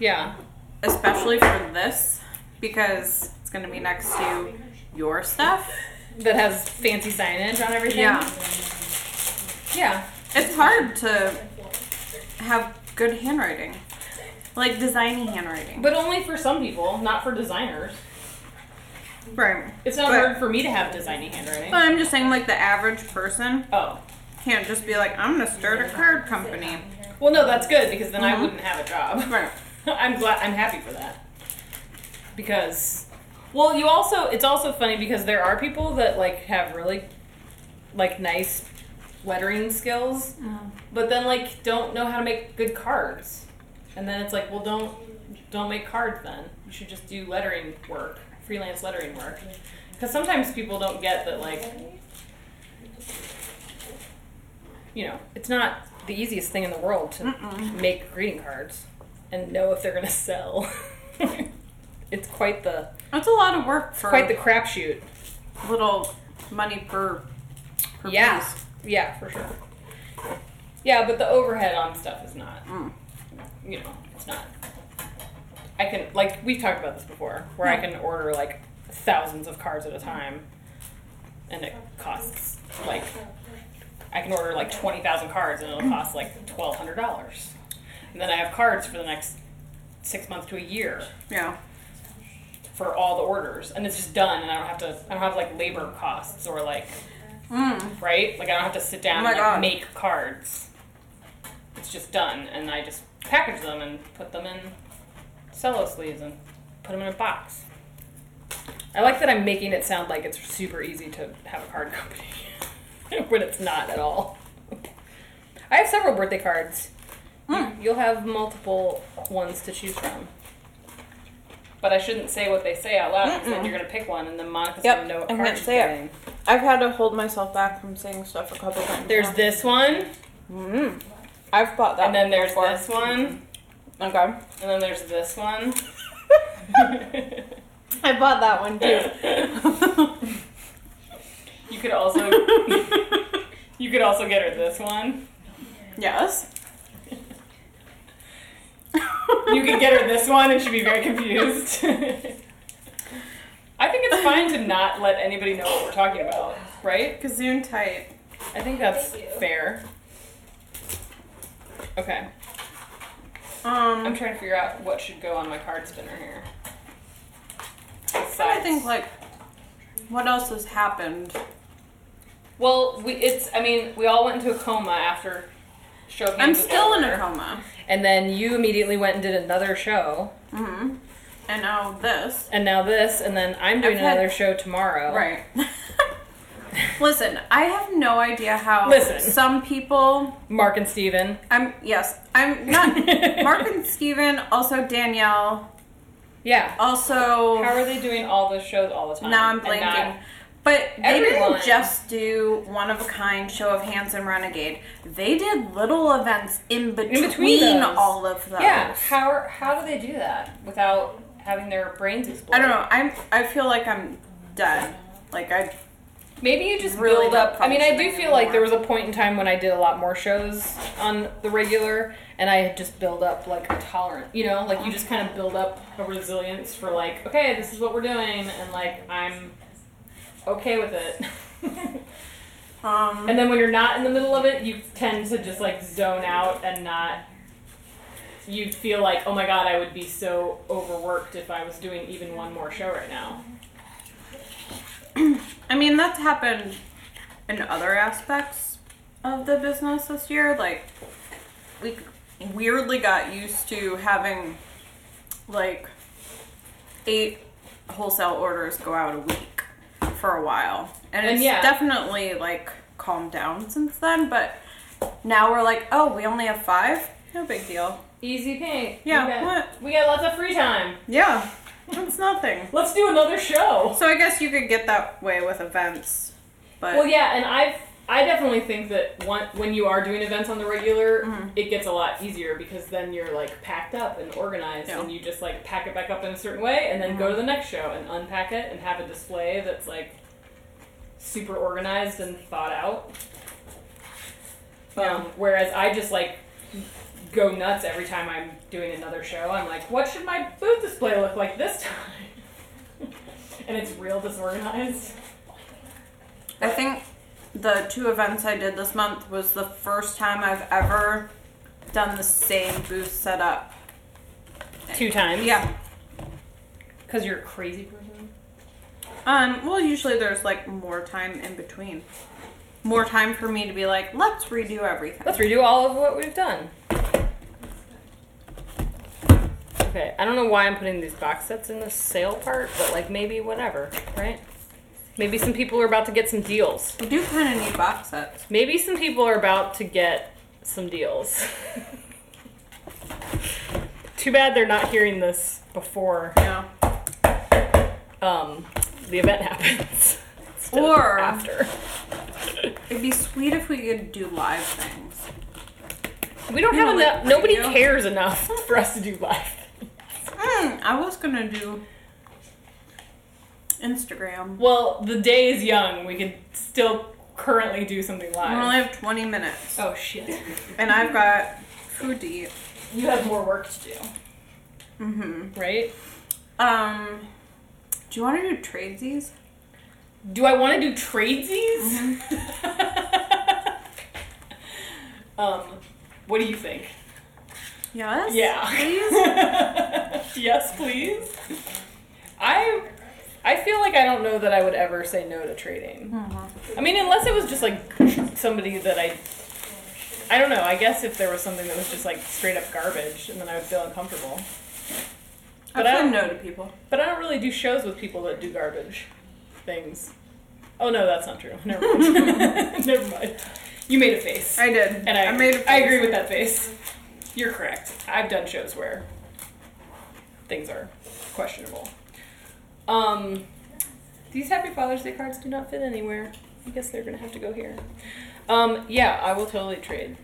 S1: Yeah.
S2: especially for this because it's gonna be next to your stuff.
S1: that has fancy signage on everything.
S2: Yeah,
S1: Yeah.
S2: it's hard to have good handwriting, like designy handwriting.
S1: But only for some people, not for designers.
S2: Right.
S1: It's not
S2: But-
S1: hard for me to have designy handwriting.
S2: But I'm just saying, like the average person
S1: oh.
S2: can't just be like, I'm gonna start a card company.
S1: Well, no, that's good because then I
S2: Mhm.
S1: wouldn't have a job.
S2: Right.
S1: I'm glad I'm happy for that. Because well, you also it's also funny because there are people that like have really like nice lettering skills, but then like don't know how to make good cards. And then it's like, well, don't don't make cards then. You should just do lettering work, freelance lettering work. Cuz sometimes people don't get that like you know, it's not the easiest thing in the world to
S2: Mm-mm.
S1: make greeting cards and know if they're gonna sell. it's quite the
S2: That's a lot of work for
S1: quite the crapshoot.
S2: little money per. per
S1: Yeah.
S2: piece.
S1: Yeah, for sure. Yeah, but the overhead on stuff is not.
S2: Mm.
S1: You know, it's not. I can like we talked about this before, where I can order like thousands of cards at a time, and it costs like I can order like twenty thousand cards and it'll cost like twelve hundred dollars, and then I have cards for the next six months to a year.
S2: Yeah.
S1: for all the orders and it's just done and I don't have to I don't have like labor costs or like
S2: Mm.
S1: right? Like I don't have to sit down
S2: Oh my
S1: and like,
S2: God.
S1: make cards. It's just done and I just package them and put them in cello sleeves and put them in a box. I like that I'm making it sound like it's super easy to have a card company when it's not at all. I have several birthday cards
S2: Hmm.
S1: You'll have multiple ones to choose from. But I shouldn't say what they say out loud because then you're gonna pick one, and then Monica's
S2: Yep,
S1: gonna know what
S2: I'm
S1: card
S2: gonna
S1: she's
S2: say it.
S1: getting.
S2: I've had to hold myself back from saying stuff a couple times.
S1: There's this one,
S2: Mm. I've bought that.
S1: and then
S2: one
S1: there's
S2: before.
S1: this one,
S2: Okay.
S1: and then there's this one.
S2: I bought that one too.
S1: You could also you could also get her this one.
S2: yes.
S1: You could get her this one, and she'd be very confused. I think it's fine to not let anybody know what we're talking about, right?
S2: Kazoon type.
S1: I think that's
S3: Thank you.
S1: fair. Okay. I'm
S2: Um,
S1: trying to figure out what should go on my card spinner here.
S2: trying to
S1: Besides-
S2: think like what else has happened.
S1: Well, we it's I mean we all went into a coma after show. of
S2: I'm
S1: Hands was
S2: still in
S1: over.
S2: a coma.
S1: And then you immediately went and did another show,
S2: Mm-hmm. And now this.
S1: and now this, and then I'm doing
S2: I've had-
S1: another show tomorrow.
S2: Right. Listen, I have no idea how
S1: Listen.
S2: some people
S1: Mark and Steven.
S2: I'm yes, I'm not Mark and Steven, also Danielle,
S1: Yeah.
S2: also
S1: How are they doing all those shows all the time?
S2: now I'm
S1: And
S2: blanking.
S1: not-
S2: but they
S1: Everyone.
S2: didn't just do one of a kind show of hands and renegade. They did little events in between,
S1: those.
S2: all of those.
S1: yeah. How are- how do they do that without having their brains explode?
S2: I don't know. I'm I feel like I'm done. Like I
S1: Maybe you just
S2: really
S1: build
S2: not
S1: up. I mean, I do
S2: functioning
S1: feel like
S2: anymore.
S1: there was a point in time when I did a lot more shows on the regular, and I had just build up like a tolerance. You know, like you just kind of build up a resilience for like, okay, this is what we're doing, and like I'm okay with it.
S2: um
S1: and then when you're not in the middle of it, you tend to just like zone out and not. You feel like, oh my god, I would be so overworked if I was doing even one more show right now.
S2: I mean that's happened in other aspects of the business this year. Like we weirdly got used to having like eight wholesale orders go out a week for a while. And
S1: And
S2: it's
S1: yeah.
S2: definitely like calmed down since then, but now we're like, oh, we only have five? No big deal.
S1: Easy pink.
S2: Yeah,
S1: We got-
S2: what?
S1: We got lots of free time.
S2: Yeah. That's nothing.
S1: Let's do another show.
S2: So I guess you could get that way with events. But
S1: Well, yeah, and I've I definitely think that one, when you are doing events on the regular,
S2: Mhm.
S1: it gets a lot easier because then you're like packed up and organized,
S2: Yeah.
S1: and you just like pack it back up in a certain way, and then go to the next show and unpack it and have a display that's like super organized and thought out. Um, whereas I just like go nuts every time I'm doing another show. I'm like, what should my booth display look like this time? and it's real disorganized.
S2: I think the two events I did this month was the first time I've ever done the same booth setup.
S1: Two times.
S2: Yeah.
S1: Because you're a crazy person.
S2: Um, well, usually there's like more time in between. More time for me to be like, let's redo everything.
S1: Let's redo all of what we've done. Okay, I don't know why I'm putting these box sets in the sale part, but like maybe whatever, right? Maybe some people are about to get some deals.
S2: We do kind of need box sets.
S1: Maybe some people are about to get some deals. Too bad they're not hearing this before
S2: Yeah.
S1: um, the event happens. instead of
S2: Or-
S1: after.
S2: It'd be sweet if we could do live things.
S1: We don't
S2: You
S1: have
S2: know,
S1: enough.
S2: like
S1: Nobody
S2: radio.
S1: cares enough for us to do live.
S2: Mm, I was gonna do Instagram.
S1: Well, the day is young. We could still currently do something
S2: I
S1: live.
S2: only have 20 minutes,
S1: oh shit!
S2: and I've got food to eat.
S1: You have more work to do,
S2: Mm-hmm.
S1: right?
S2: Um, do you want to do tradesies?
S1: Do I want to do tradesies? Mm-hmm. um, what do you think?
S2: Yes.
S1: Yeah.
S2: Please.
S1: yes, please. I I feel like I don't know that I would ever say no to trading. I mean, unless it was just like somebody that I I don't know. I guess if there was something that was just like straight up garbage, and then I would feel uncomfortable. But I
S2: I
S1: don't-
S2: said no to people.
S1: But I don't really do shows with people that do garbage things. Oh no, that's not true. Never mind. Never mind. You made a face.
S2: I did.
S1: And I,
S2: made. a
S1: I agree with that face. You're correct. I've done shows where things are questionable. Um, these Happy Father's Day cards do not fit anywhere. I guess they're gonna have to go here. Um, yeah, I will totally trade.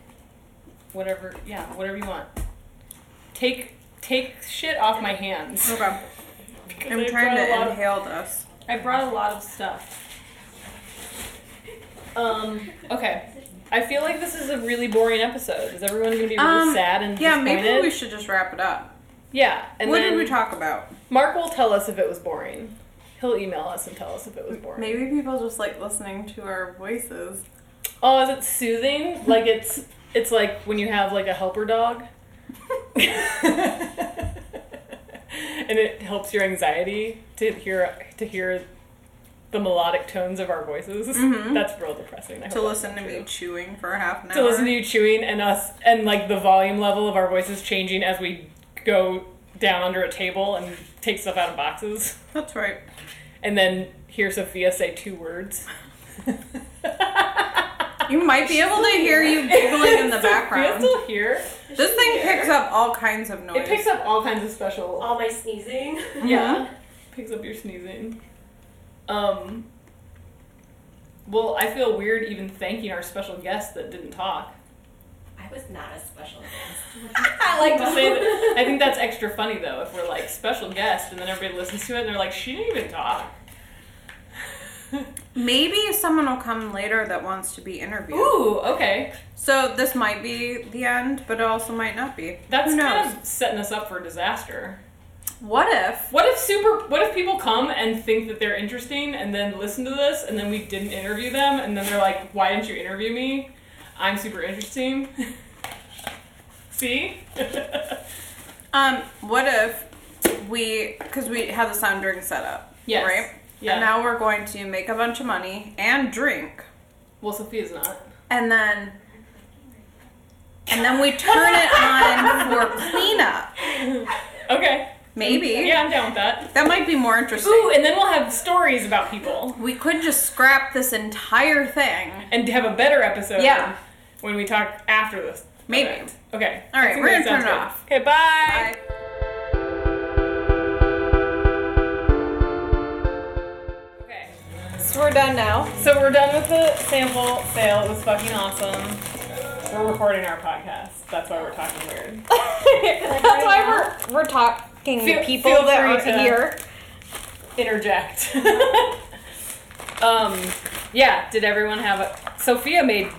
S1: Whatever, yeah, whatever you want. Take take shit off my hands.
S2: Okay.
S1: because
S2: I'm
S1: I
S2: trying
S1: brought a
S2: to
S1: lot of-
S2: inhale this.
S1: I brought a lot of stuff.
S4: Um,
S1: Okay. I feel like this is a really boring episode. Is everyone gonna be really
S2: Um,
S1: sad and
S2: Yeah, maybe
S1: disappointed?
S2: we should just wrap it up.
S1: yeah. And
S2: what
S1: then
S2: did we talk about?
S1: Mark will tell us if it was boring. He'll email us and tell us if it was boring.
S2: Maybe people just like listening to our voices.
S1: Oh, is it soothing? like it's it's like when you have like a helper dog. and it helps your anxiety to hear to hear the melodic tones of our voices.
S2: Mhm.
S1: That's real depressing. I hope
S2: To
S1: that's
S2: listen to
S1: not
S2: me
S1: true.
S2: chewing for half an hour.
S1: to listen to you chewing and us and like the volume level of our voices changing as we go down under a table and take stuff out of boxes
S2: That's right.
S1: and then hear sophia say two words
S2: You might be able to hear you giggling in the
S1: Sophia's
S2: background.
S1: still here
S2: This thing picks up all kinds of noise. Uh-huh.
S1: it picks up all kinds of special
S3: All my sneezing.
S1: yeah picks up your sneezing um well i feel weird even thanking our special guest that didn't talk
S3: I was not a special
S1: I like to say that. I think that's extra funny though. If we're like special guest, and then everybody listens to it, and they're like, "She didn't even talk."
S2: Maybe someone will come later that wants to be interviewed.
S1: Ooh, okay.
S2: So this might be the end, but it also might not be.
S1: That's
S2: Who knows?
S1: kind of setting us up for disaster.
S2: What if?
S1: What if super? What if people come and think that they're interesting, and then listen to this, and then we didn't interview them, and then they're like, "Why didn't you interview me? I'm super interesting." See?
S2: Um, what if we? Because we had the sound drink set up,
S1: yes.
S2: right?
S1: Yeah.
S2: And now we're going to make a bunch of money and drink,
S1: well, Sophia's not.
S2: and then. And then we turn it on for cleanup.
S1: Okay.
S2: Maybe.
S1: Yeah, I'm down with that.
S2: That might be more interesting.
S1: Ooh, and then we'll have stories about people.
S2: We could just scrap this entire thing.
S1: and have a better episode.
S2: Yeah.
S1: When we talk after this.
S2: Maybe.
S1: event. Okay.
S2: All right,
S1: I think
S2: we're
S1: that
S2: gonna
S1: sounds
S2: turn it
S1: good.
S2: off.
S1: Okay. bye.
S2: Bye.
S1: Okay.
S2: So we're done now.
S1: So we're done with the sample sale. It was fucking awesome. We're recording our podcast. That's why we're talking weird.
S2: That's why we're we're talking
S1: Feel-
S2: to people
S1: feel uh,
S2: that
S1: free
S2: aren't
S1: to-
S2: here.
S1: Interject. um. Yeah. Did everyone have a? Sophia made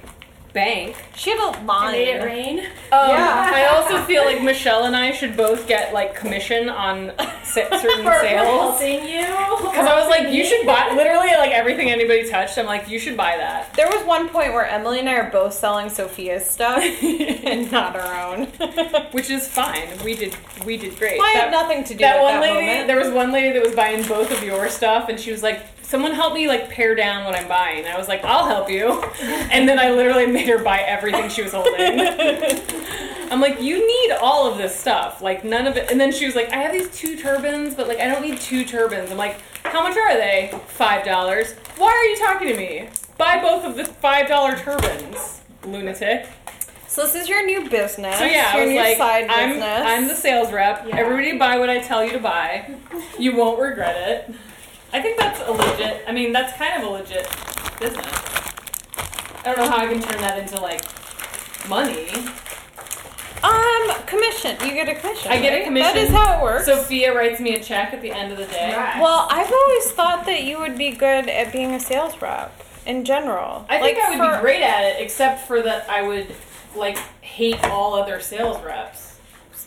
S1: bank.
S2: She had a
S3: I made it
S2: line.
S3: rain.
S1: Um,
S2: Yeah.
S1: I also feel like Michelle and I should both get like commission on sa- certain
S3: For
S1: sales.
S3: helping you.
S1: Because I was like, you should buy literally like everything anybody touched. I'm like, you should buy that.
S2: There was one point where Emily and I are both selling Sophia's stuff and not our own.
S1: Which is fine. We did we did great.
S2: I
S1: that,
S2: had nothing to do
S1: that
S2: with
S1: one
S2: that
S1: lady,
S2: moment.
S1: there was one lady that was buying both of your stuff, and she was like, "Someone help me like pare down what I'm buying." And I was like, "I'll help you," and then I literally made her buy everything she was holding. I'm like, "You need all of this stuff, like none of it." And then she was like, "I have these two turbans, but like I don't need two turbans." I'm like, "How much are they? Five dollars? Why are you talking to me? Buy both of the five dollar turbans, lunatic."
S2: so this is your new business.
S1: So yeah,
S2: your
S1: I was
S2: new
S1: like,
S2: side
S1: I'm,
S2: business.
S1: I'm the sales rep.
S3: Yeah.
S1: Everybody buy what I tell you to buy. You won't regret it. I think that's a legit. I mean, that's kind of a legit business. I don't know how I can turn that into like money.
S2: um commission. You get a commission.
S1: I get a
S2: right? That
S1: commission.
S2: is how it works.
S1: Sophia writes me a check at the end of the day.
S3: Right.
S2: well, I've always thought that you would be good at being a sales rep in general.
S1: I think
S2: Like,
S1: I would
S2: for-
S1: be great at it, except for that I would like hate all other sales reps.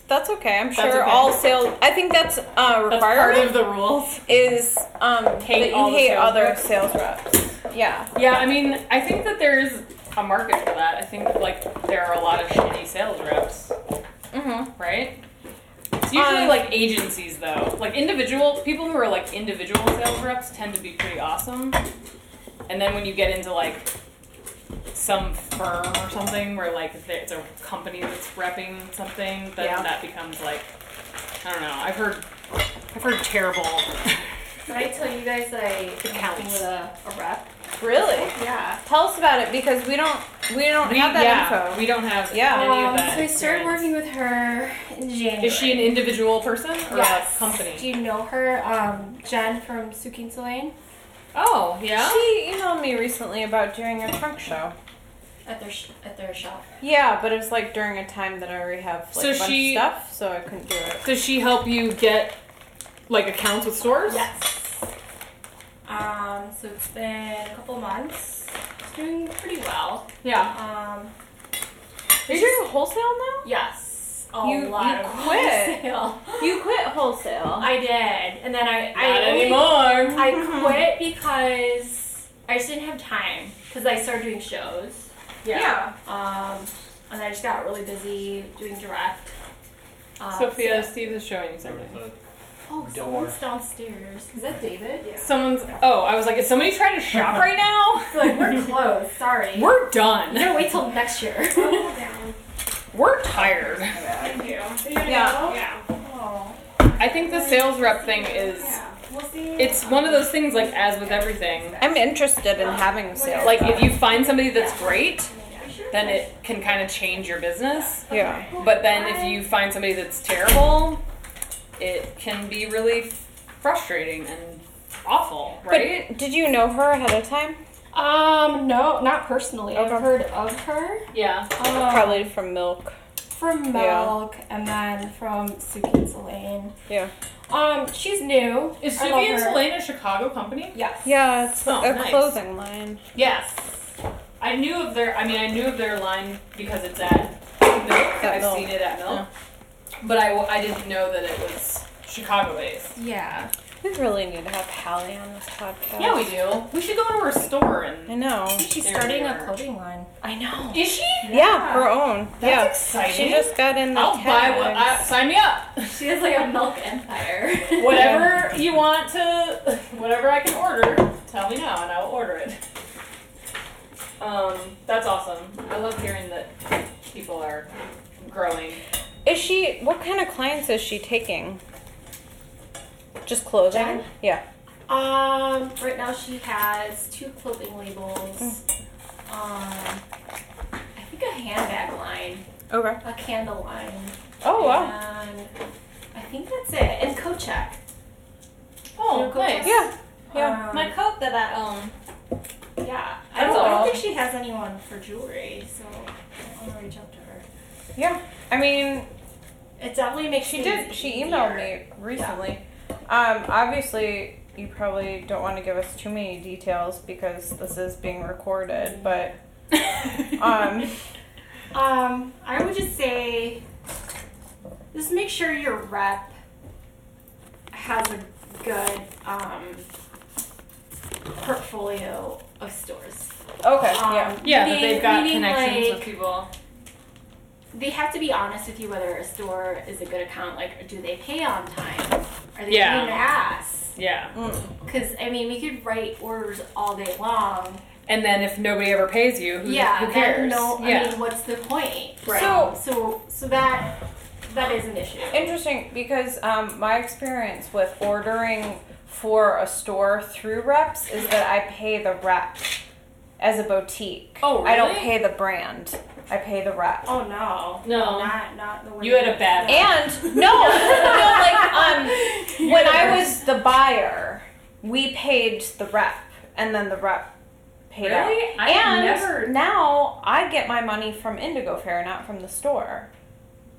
S2: That's okay. I'm
S1: That's
S2: sure
S1: okay.
S2: all sales. I think that's a
S1: That's part
S2: requirement.
S1: of the rules.
S2: is um,
S1: Hate
S2: that you
S1: all the
S2: hate
S1: sales
S2: other
S1: reps.
S2: sales reps. Yeah.
S1: Yeah, I mean, I think that there is a market for that. I think like there are a lot of shitty sales reps.
S2: Mm-hmm.
S1: right? It's usually
S2: Um,
S1: like agencies though. Like individual people who are like individual sales reps tend to be pretty awesome. And then when you get into like some firm or something where like there- it's a company that's repping something, then
S2: Yeah.
S1: that becomes like I don't know. I've heard I've heard terrible.
S3: Did I tell you guys that I
S1: counts.
S3: was a, a rep?
S2: Really?
S3: Yeah.
S2: Tell us about it because we don't We don't
S1: We,
S2: have that
S1: yeah,
S2: info.
S1: we don't have
S2: Yeah.
S1: any
S3: Um,
S1: of that.
S3: so I started
S1: experience.
S3: working with her in January.
S1: Is she an individual person or
S3: Yes.
S1: a company?
S3: Do you know her? Um, Jen from Sukin Solain
S1: oh, yeah.
S2: She emailed me recently about doing a trunk show.
S3: at their sh- at their shop.
S2: Yeah, but it was like during a time that I already have like
S1: So
S2: a bunch
S1: she-
S2: of stuff, so I couldn't do it.
S1: Does she help you get like accounts with stores?
S3: Yes. Um, so it's been a couple months. It's doing pretty well.
S1: Yeah.
S3: Um,
S2: Are you doing wholesale now?
S3: yes. A
S2: You-
S3: lot
S2: you
S3: of
S2: quit.
S3: wholesale.
S2: You quit wholesale.
S3: I did, and then I
S1: Not
S3: I only-
S1: anymore.
S3: I quit because I just didn't have time because I started doing shows. Um, and I just got really busy doing direct. Um,
S1: Sophia,
S3: so-
S1: Steve is showing you something.
S3: oh, someone's downstairs. Is that David? Yeah.
S1: Someone's. Oh, I was like, is somebody trying to shop right now?
S3: like we're closed. Sorry.
S1: We're
S3: I'm
S1: done.
S3: gonna wait till next year. Oh,
S1: We're tired.
S3: Thank you.
S2: Yeah.
S3: Oh.
S1: I think the sales rep thing is.
S3: We'll see.
S1: It's one of those things, like as with everything.
S2: I'm interested in having sales.
S1: Like if you find somebody that's great, then it can kind of change your business.
S2: yeah.
S1: But then if you find somebody that's terrible, it can be really frustrating and awful, right?
S2: But did you know her ahead of time?
S3: Um, no, not personally.
S2: Okay.
S3: I've heard of her.
S1: yeah.
S3: Um,
S2: Probably from milk.
S3: from
S2: Yeah.
S3: Milk and then from Suki Selene.
S2: Yeah.
S3: Um, she's new.
S1: Is
S3: I
S1: Suki
S3: love
S1: and
S3: her.
S1: Selena a Chicago company?
S3: Yes.
S2: Yeah, it's
S1: Oh,
S2: a
S1: nice.
S2: clothing line.
S1: Yes. I knew of their. I mean, I knew of their line because it's at Milk. I've
S2: Milk.
S1: seen it at Milk. But I, I didn't know that it was Chicago based.
S3: Yeah.
S2: We really need to have Hallie on this podcast.
S1: Yeah, we do. We should go to her store and.
S2: I know.
S3: She's
S1: There
S3: starting
S1: we
S3: a
S1: are.
S3: clothing line.
S2: I know.
S1: Is she?
S2: Yeah, her own.
S1: That's
S2: yeah.
S1: exciting.
S2: She just got in the
S1: I'll buy what. I,
S2: tags.
S1: sign me up.
S3: She has like a milk empire.
S1: Whatever you want to, whatever I can order, tell me now and I will order it. Um, that's awesome. I love hearing that people are growing.
S2: Is she? What kind of clients is she taking? Just clothing.
S3: Jen?
S2: Yeah.
S3: Um, right now she has two clothing labels. Um, I think a handbag line,
S2: Okay.
S3: a candle line.
S2: Oh wow.
S3: And I think that's it. And Kochek.
S1: Oh,
S3: Your coat
S1: nice.
S3: check?
S2: Yeah. Yeah.
S3: Um,
S1: My coat that I own.
S3: yeah. I
S1: That's
S3: don't, I
S1: all.
S3: don't think she has anyone for jewelry, so I want to reach out to her.
S2: Yeah. I mean,
S3: It definitely makes
S2: she
S3: things
S2: did. She
S3: easier.
S2: emailed me recently. Um, obviously, you probably don't want to give us too many details because this is being recorded. But um,
S3: Um, I would just say just make sure your rep has a good um, portfolio of stores.
S2: okay.
S3: Um,
S2: Yeah.
S1: Yeah, that
S3: meaning-
S1: they've got
S3: meaning,
S1: connections
S3: like,
S1: with people.
S3: They have to be honest with you whether a store is a good account. Like, do they pay on time? Are they
S1: Yeah.
S3: paying their ass?
S1: Yeah.
S3: Because I mean, we could write orders all day long.
S1: And then if nobody ever pays you, who,
S3: yeah,
S1: who
S3: then
S1: cares?
S3: no.
S1: yeah.
S3: I mean, what's the point?
S1: Right.
S3: So, so, so that that is an issue.
S2: Interesting because um, my experience with ordering for a store through reps is that I pay the rep as a boutique.
S1: Oh,
S2: I don't
S1: really?
S2: pay the brand. I pay the rep.
S3: Oh no.
S1: No.
S3: Not not the way.
S1: You had a bad-
S2: And no, no, like um, when I was the buyer, we paid the rep, and then the rep paid out.
S1: Really? I
S2: and
S1: never-
S2: now I get my money from Indigo Fair, not from the store.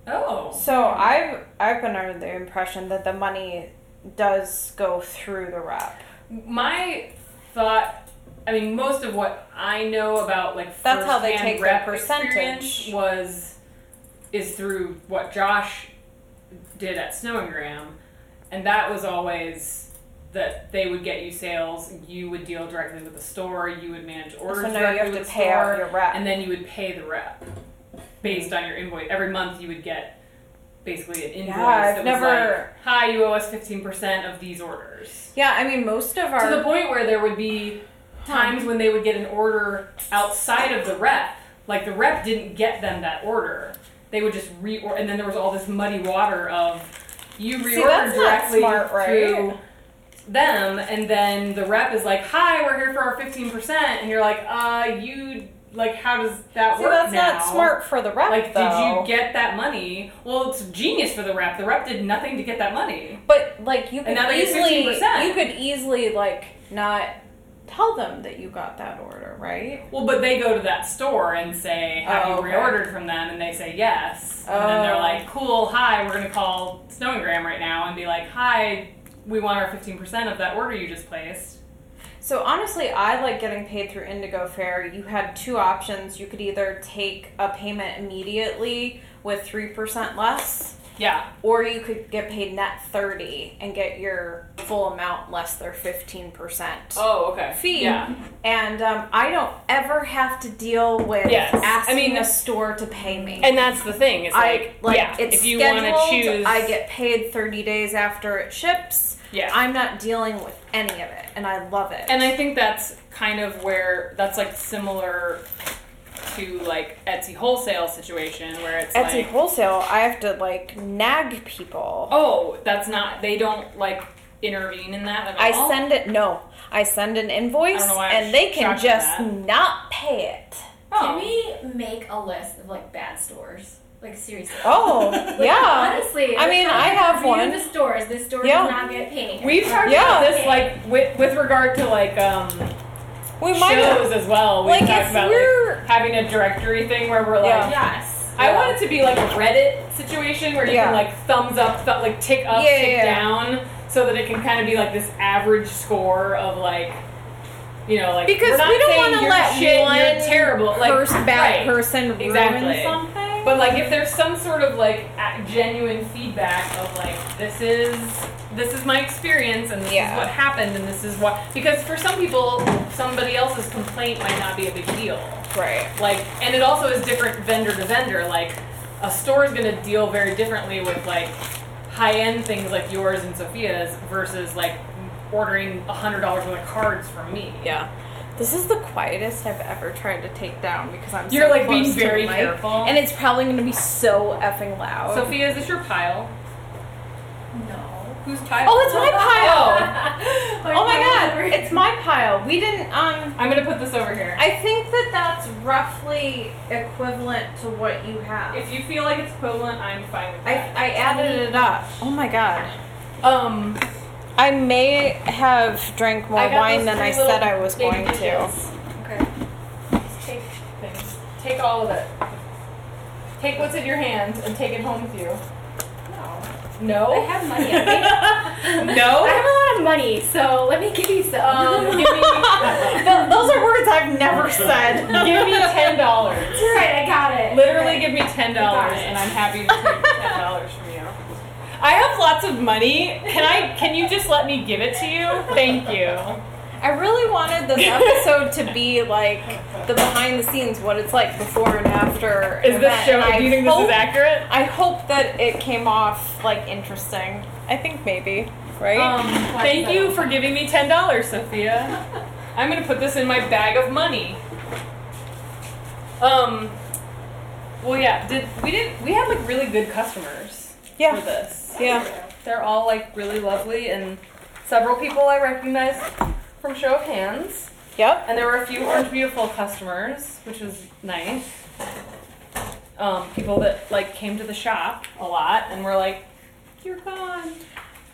S1: oh.
S2: So I've I've been under the impression that the money does go through the rep.
S1: My thought. I mean, most of what I know about like
S2: That's how they
S1: firsthand
S2: take their
S1: rep
S2: percentage.
S1: experience was is through what Josh did at Snow and Graham, and that was always that they would get you sales, you would deal directly with the store, you would manage orders
S2: So now
S1: directly
S2: you have to
S1: with the
S2: pay
S1: store,
S2: out your rep.
S1: and then you would pay the rep based on your invoice. Every month you would get basically an invoice
S2: Yeah, I've
S1: that was
S2: never-
S1: like, "Hi, you owe us fifteen percent of these orders."
S2: yeah, I mean most of
S1: to the
S2: our
S1: point where there would be times when they would get an order outside of the rep like the rep didn't get them that order they would just re and then there was all this muddy water of you reordered
S2: that's not
S1: directly
S2: smart, right?
S1: through them and then the rep is like hi we're here for our 15% and you're like uh you like how does that
S2: See,
S1: work?
S2: that's
S1: now?
S2: not smart for the rep,
S1: Like,
S2: though.
S1: did you get that money? Well, it's genius for the rep. The rep did nothing to get that money.
S2: But like you
S1: And
S2: could
S1: now they get
S2: easily,
S1: 15%.
S2: you could easily like not tell them that you got that order, right?
S1: Well, but they go to that store and say, "Have
S2: Oh,
S1: you
S2: okay.
S1: reordered from them?" And they say yes. And then they're
S2: Oh.
S1: like, "Cool, hi, we're gonna call Snow and Graham right now and be like, hi, we want our fifteen percent of that order you just placed."
S2: So honestly, I like getting paid through Indigo Fair. You had two options. You could either take a payment immediately with three percent less,
S1: Yeah,
S2: or you could get paid net thirty and get your full amount less their fifteen percent.
S1: Oh, okay.
S2: fee.
S1: Yeah.
S2: And um, I don't ever have to deal with
S1: Yes. I
S2: asking
S1: mean-
S2: a store to pay me.
S1: And that's the thing. It's
S2: I
S1: like,
S2: like
S1: yeah,
S2: it's
S1: if you want
S2: scheduled.
S1: to choose,
S2: I get paid thirty days after it ships.
S1: Yeah.
S2: I'm not dealing with any of it, and I love it.
S1: And I think that's kind of where that's like similar to like Etsy wholesale situation where it's
S2: Etsy
S1: like,
S2: wholesale, I have to like nag people.
S1: oh, that's not they don't like intervene in that at
S2: I
S1: all.
S2: send it no. I send an invoice,
S1: I don't know why I
S2: and they can
S1: shocked at
S2: just
S1: that.
S2: not pay it.
S1: oh.
S3: Can we make a list of like bad stores? Like seriously.
S2: Oh
S3: Like,
S2: yeah.
S3: Honestly,
S2: I mean, I have
S3: review
S2: one.
S3: The stores. This store
S2: Yeah.
S3: does not get paid.
S1: We've talked
S2: Yeah.
S1: about this like with, with regard to like um,
S2: We might have
S1: shows as well. We
S2: like, if
S1: talked about
S2: we're-
S1: like, having a directory thing where we're like.
S2: Yeah.
S3: Yes.
S1: I want it to be like a Reddit situation where you
S2: Yeah.
S1: can like thumbs up, th- like tick up,
S2: Yeah,
S1: tick
S2: yeah, yeah.
S1: down, so that it can kind of be like this average score of like, you know, like
S2: because
S1: we're not
S2: we don't
S1: want to
S2: let
S1: shit,
S2: one
S1: you're terrible, like
S2: pers- bad
S1: right.
S2: person ruin
S1: Exactly.
S2: something.
S1: But like, if there's some sort of like a- genuine feedback of like, this is this is my experience, and this
S2: Yeah.
S1: is what happened, and this is what because for some people, somebody else's complaint might not be a big deal
S2: right.
S1: like and it also is different vendor to vendor like a store is going to deal very differently with like high end things like yours and sophia's versus like ordering $100 worth of cards from me
S2: Yeah. This is the quietest I've ever tried to take down because I'm.
S1: You're,
S2: so
S1: like, being
S2: close to the
S1: very
S2: mic,
S1: careful.
S2: and it's probably going to be so effing loud.
S1: sophia is this your pile
S3: No.
S1: whose pile
S2: oh, it's my pile. oh my
S3: Whatever.
S2: god, it's my pile. We didn't. Um,
S1: i'm going to put this over here
S2: I think that that's roughly equivalent to what you have.
S1: if you feel like it's equivalent i'm fine with
S2: I
S1: that
S2: I added it up. Oh my god.
S1: um
S2: I may have drank more
S1: I got
S2: wine
S1: those
S2: than I
S1: three
S2: said
S1: little
S2: I was
S1: big
S2: going to.
S1: dishes.
S3: Okay.
S1: Just take things take all of it take what's in your hand and take it home with you
S3: No.
S1: no
S3: I have money. I think.
S1: no
S3: I have a lot of money, so let me give you some.
S1: Um, give me,
S2: Th- those are words I've never said.
S1: give me ten dollars.
S3: You're right. I got it.
S1: Literally,
S3: Right.
S1: give me ten dollars, and I'm happy to take ten dollars from you. I have lots of money. Can I? Can you just let me give it to you? Thank you.
S2: I really wanted this episode to be like the behind the scenes, what it's like before and after. an
S1: Is this
S2: event,
S1: show?
S2: and
S1: Do
S2: I
S1: you think this
S2: hope-
S1: is accurate?
S2: I hope that it came off like interesting. I think maybe, right?
S1: Um, thank you for giving me ten dollars, Sophia. I'm gonna put this in my bag of money. Um. Well, yeah. Did we did we had like really good customers for
S2: yeah,
S1: this?
S2: yeah.
S1: They're all like really lovely, and several people I recognized from show of hands.
S2: Yep.
S1: And there were a few Orange Beautiful customers, which was nice. Um, people that like came to the shop a lot and were like, "You're gone."
S2: Um,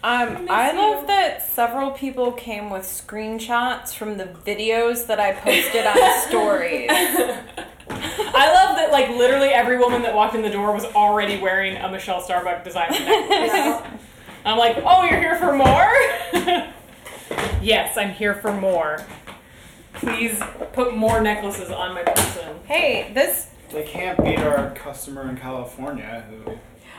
S1: I
S2: I
S1: miss
S2: love
S1: you.
S2: that several people came with screenshots from the videos that I posted on stories.
S1: I love that like literally every woman that walked in the door was already wearing a Michelle Starbuck design necklace.
S3: Yeah.
S1: I'm like, "Oh, you're here for more?" yes, I'm here for more. Please put more necklaces on my person.
S2: Hey, this.
S5: They can't beat our customer in California who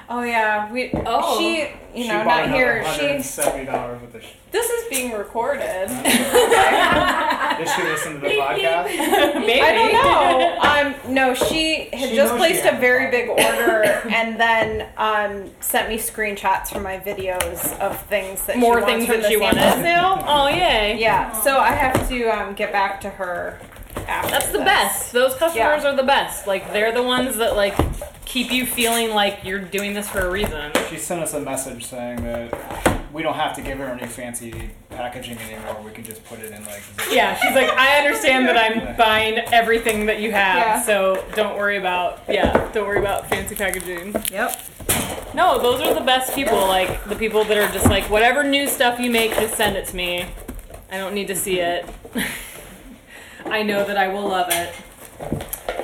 S2: Oh yeah, we.
S1: Oh.
S2: she, you
S5: she
S2: know,
S5: bought
S2: not here. She.
S5: seventy dollars with the. Sh-
S2: This is being recorded.
S5: Did she listen to the
S3: Beep,
S5: podcast?
S1: Maybe.
S2: I don't know. Um, no, she had
S5: She
S2: just
S5: knows
S2: placed
S5: she
S2: a
S5: had
S2: very
S5: a
S2: big order and then um, sent me screenshots from my videos of things that
S1: More
S2: she
S1: things
S2: wants from
S1: that she
S2: the sample
S1: wanted.
S2: sale.
S1: Oh yay!
S2: Yeah, so I have to um, get back to her. After
S1: That's the
S2: this.
S1: best. Those customers
S2: Yeah.
S1: are the best. Like they're the ones that like keep you feeling like you're doing this for a reason.
S5: She sent us a message saying that we don't have to give her any fancy packaging anymore. We can just put it in like. zip-
S1: Yeah, she's like, I understand that I'm buying everything that you have,
S2: Yeah.
S1: so don't worry about yeah, don't worry about fancy packaging.
S2: Yep.
S1: No, those are the best people, like the people that are just like, whatever new stuff you make, just send it to me. I don't need to see it. I know that I will love it.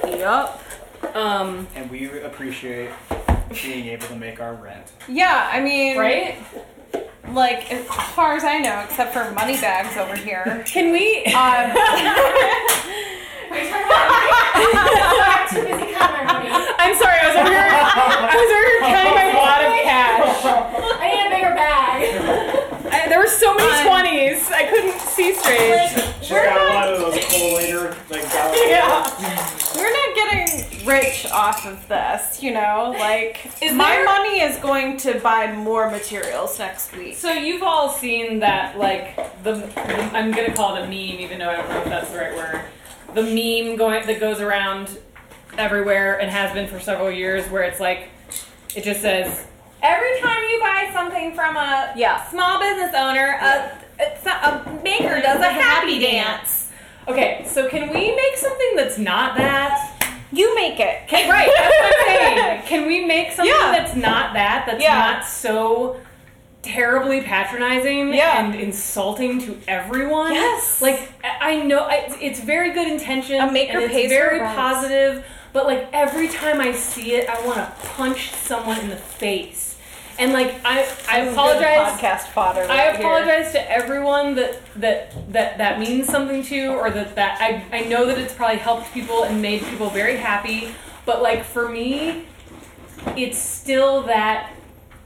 S2: Yep.
S1: Um,
S5: And we appreciate being able to make our rent.
S2: Yeah, I mean,
S1: right?
S2: Like as far as I know, except for money bags over here. Um,
S1: Can we?
S3: Too busy counting our money.
S1: I'm sorry, I was over here, I was over here counting my wad of cash.
S3: I need a bigger bag.
S1: I, there were so many 20s, I couldn't see straight.
S5: She's got a lot of those collator like.
S1: Yeah.
S2: We're not getting rich off of this, you know. Like
S1: Is
S2: my
S1: there-
S2: money is going to buy more materials next week.
S1: So you've all seen that, like the, the- I'm gonna call it a meme, even though I don't know if that's the right word. The meme going that goes around everywhere and has been for several years, where it's like, it just says, every time you buy something from a
S2: Yeah.
S1: small business owner, a, it's a, a maker does a happy dance. Okay, so can we make something that's not that?
S2: You make it.
S1: Can, right, that's what I'm saying. Can we make something
S2: Yeah.
S1: that's not that? That's
S2: Yeah.
S1: not so terribly patronizing
S2: Yeah.
S1: and insulting to everyone.
S2: Yes.
S1: Like I I know I, it's very good intention.
S2: A maker
S1: and it's
S2: pays
S1: very
S2: her rent.
S1: positive, but like every time I see it, I want to punch someone in the face. And like I, I
S2: This is
S1: apologize.
S2: good Podcast fodder.
S1: I
S2: right here.
S1: apologize to everyone that that that that means something to, or that that I I know that it's probably helped people and made people very happy, but like for me, it's still that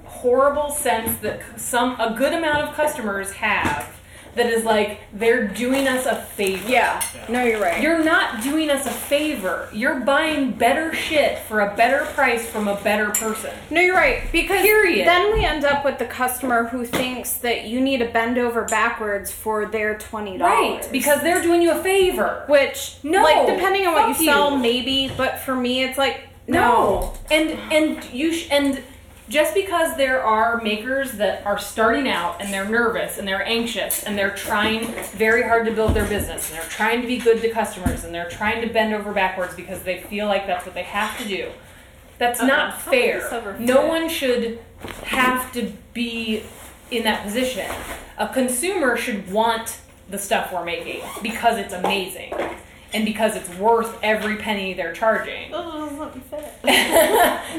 S1: horrible sense that c- some a good amount of customers have that is like they're doing us a favor.
S2: Yeah. No, you're right.
S1: You're not doing us a favor. You're buying better shit for a better price from a better person.
S2: No, you're right. Because
S1: Period.
S2: then we end up with the customer who thinks that you need to bend over backwards for their twenty dollars.
S1: Because they're doing you a favor.
S2: which
S1: No,
S2: like depending on what you
S1: fuck
S2: sell,
S1: you.
S2: maybe. But for me, it's like no.
S1: No. And and you sh- and just because there are makers that are starting out and they're nervous and they're anxious and they're trying very hard to build their business and they're trying to be good to customers and they're trying to bend over backwards because they feel like that's what they have to do. That's not
S2: Okay,
S1: fair.
S2: this over-
S1: No one should have to be in that position. A consumer should want the stuff we're making because it's amazing and because it's worth every penny they're charging.
S2: Oh,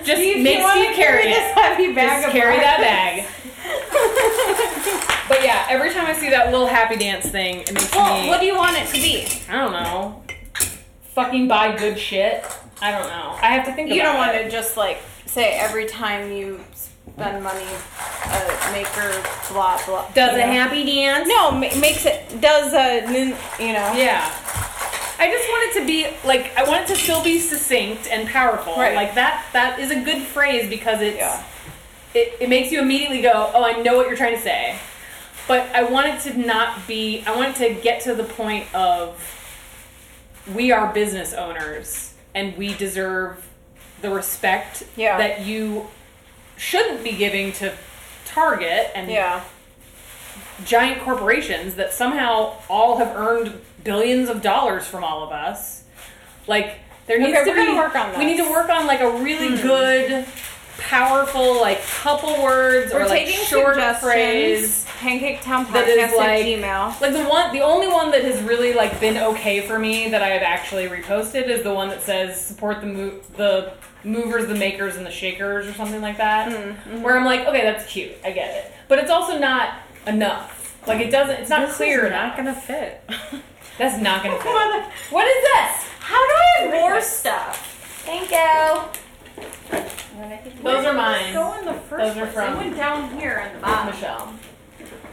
S1: Just make Steve carry
S2: this
S1: it.
S2: heavy bag
S1: Just
S2: of
S1: carry that
S2: ours.
S1: bag. but yeah, every time I see that little happy dance thing, it makes
S2: Well,
S1: me.
S2: what do you want it to be?
S1: I don't know. Fucking buy good shit. I don't know. I have to think.
S2: You
S1: about
S2: don't want
S1: it.
S2: to just like say every time you spend money, a maker blah blah.
S1: Does
S2: you
S1: a
S2: know?
S1: happy dance?
S2: No, ma- makes it does a n- you know.
S1: Yeah. I just want it to be like I want it to still be succinct and powerful.
S2: Right.
S1: Like that. That is a good phrase because it's
S2: Yeah.
S1: it, it makes you immediately go, oh, I know what you're trying to say. But I want it to not be. I want it to get to the point of we are business owners and we deserve the respect
S2: Yeah.
S1: that you shouldn't be giving to Target and
S2: Yeah.
S1: giant corporations that somehow all have earned billions of dollars from all of us. Like there needs
S2: Okay,
S1: to
S2: we're gonna
S1: be
S2: work on
S1: we need
S2: this. Hmm.
S1: to work on like a really good, powerful like couple words
S2: We're
S1: or like
S2: taking
S1: short
S2: suggestions.
S1: phrase.
S2: Pancake Town
S1: that is
S2: Podcast
S1: like-
S2: Gmail.
S1: Like the one, the only one that has really like been okay for me that I have actually reposted is the one that says support the mo- the movers, the makers, and the shakers or something like that. Where I'm like, okay, that's cute, I get it, but it's also not enough. Like it doesn't, it's not clear enough.
S2: gonna fit.
S1: That's not gonna fit.
S3: What is this?
S2: How do I
S3: More
S2: more?
S3: stuff. Thank you.
S1: Those are mine.
S3: Go in the first
S1: Those are
S3: place.
S1: from-
S3: They went down here on the bottom.
S1: Michelle.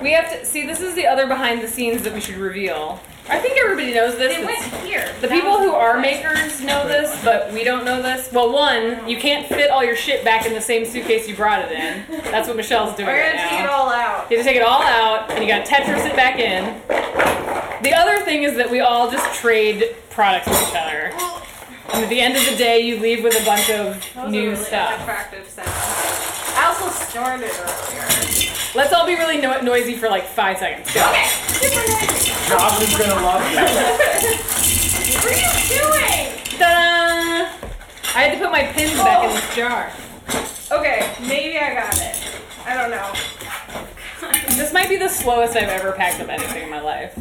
S1: We have to see. This is the other behind the scenes that we should reveal. I think everybody knows this.
S3: They went
S1: It's-
S3: here.
S1: The people who are makers know this, but we don't know this. Well, one, you can't fit all your shit back in the same suitcase you brought it in. That's what Michelle's doing
S3: We're
S1: right
S3: gonna
S1: now.
S3: take it all out.
S1: You have to take it all out, and you got to Tetris it back in. The other thing is that we all just trade products with each other. And at the end of the day, you leave with a bunch of
S3: That was a
S1: new
S3: really
S1: stuff.
S3: unattractive sound. I also snorted earlier.
S1: Let's all be really no- noisy for like five seconds.
S3: Okay. Super nice.
S5: Josh is gonna love that.
S3: What are you doing?
S1: Ta-da! I had to put my pins
S3: Oh.
S1: back in this jar.
S3: Okay, maybe I got it. I don't know.
S1: This might be the slowest I've ever packed up anything in my life.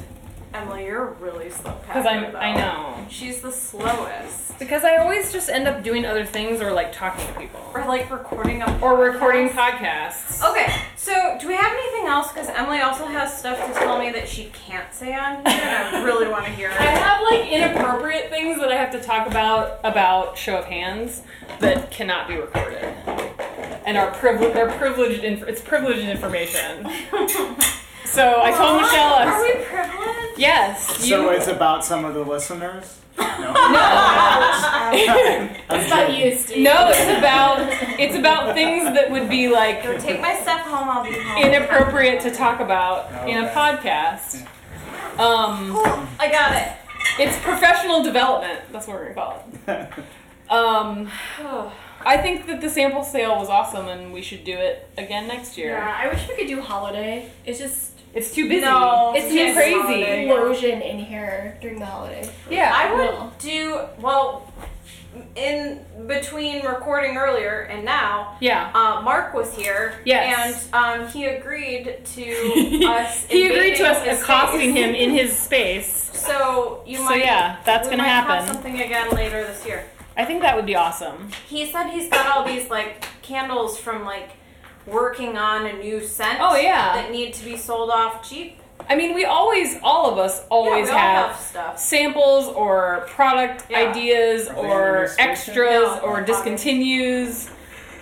S2: Emily, you're a really slow packer.
S1: Because I'm,
S2: though.
S1: I know.
S2: She's the slowest.
S1: Because I always just end up doing other things or like talking to people.
S2: Or like recording a
S1: Or recording
S2: podcast.
S1: podcasts.
S2: Okay, so do we have anything else? Because Emily also has stuff to tell me that she can't say on here, and I really want to hear
S1: I
S2: it.
S1: have like inappropriate things that I have to talk about about show of hands that cannot be recorded. And are privileged, they're privileged, inf- it's privileged information. So I told Michelle, I
S2: Are
S1: was-
S2: we privileged?
S1: yes, you,
S5: So it's about some of the listeners? No.
S6: It's about you, Steve.
S1: no, it's about, it's about things that would be like
S2: Go take my stuff home. I'll be home.
S1: inappropriate to talk about in a
S5: Okay.
S1: podcast. Um,
S2: Cool, I got it.
S1: it's professional development. That's what we're gonna call it. Um, I think that the sample sale was awesome, and we should do it again next year.
S3: Yeah, I wish we could do holiday. It's just
S1: It's too busy.
S2: No,
S1: it's too
S3: it's
S1: crazy.
S2: holiday.
S3: explosion in here during the holiday.
S1: Yeah.
S2: I
S3: No.
S2: would do well in between recording earlier and now.
S1: Yeah.
S2: Uh, Mark was here,
S1: Yes.
S2: and um, he agreed to us.
S1: he agreed to
S2: invading
S1: us
S2: his
S1: accosting
S2: space.
S1: him in his space.
S2: So you
S1: So
S2: might.
S1: yeah, that's
S2: we
S1: gonna
S2: might have
S1: happen.
S2: something again later this year.
S1: I think that would be awesome.
S2: He said he's got all these like candles from like working on a new scent.
S1: Oh, yeah.
S2: that need to be sold off cheap.
S1: I mean, we always, all of us, always
S2: yeah, we all
S1: have
S2: have stuff.
S1: samples or product
S2: Yeah.
S1: ideas
S5: Are they in
S1: or
S5: this station?
S1: extras
S2: No.
S1: or discontinues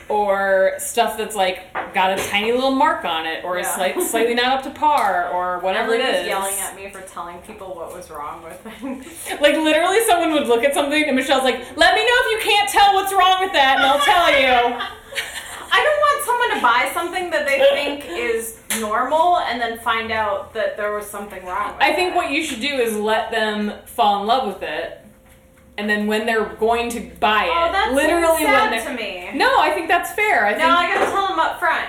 S1: or stuff that's like got a tiny little mark on it or is
S2: Yeah.
S1: slight, slightly not up to par or whatever
S2: Everyone
S1: it
S2: was
S1: is.
S2: yelling at me for telling people what was wrong with things.
S1: Like literally someone would look at something and Michelle's like, "Let me know if you can't tell what's wrong with that and I'll tell you."
S2: I don't want someone to buy something that they think is normal and then find out that there was something wrong. With
S1: I think what you should do is let them fall in love with it and then when they're going to buy it,
S2: oh, that's
S1: literally
S2: sad
S1: when
S2: to
S1: they're
S2: me.
S1: No, I think that's fair. I think
S2: Now I gotta tell them up front.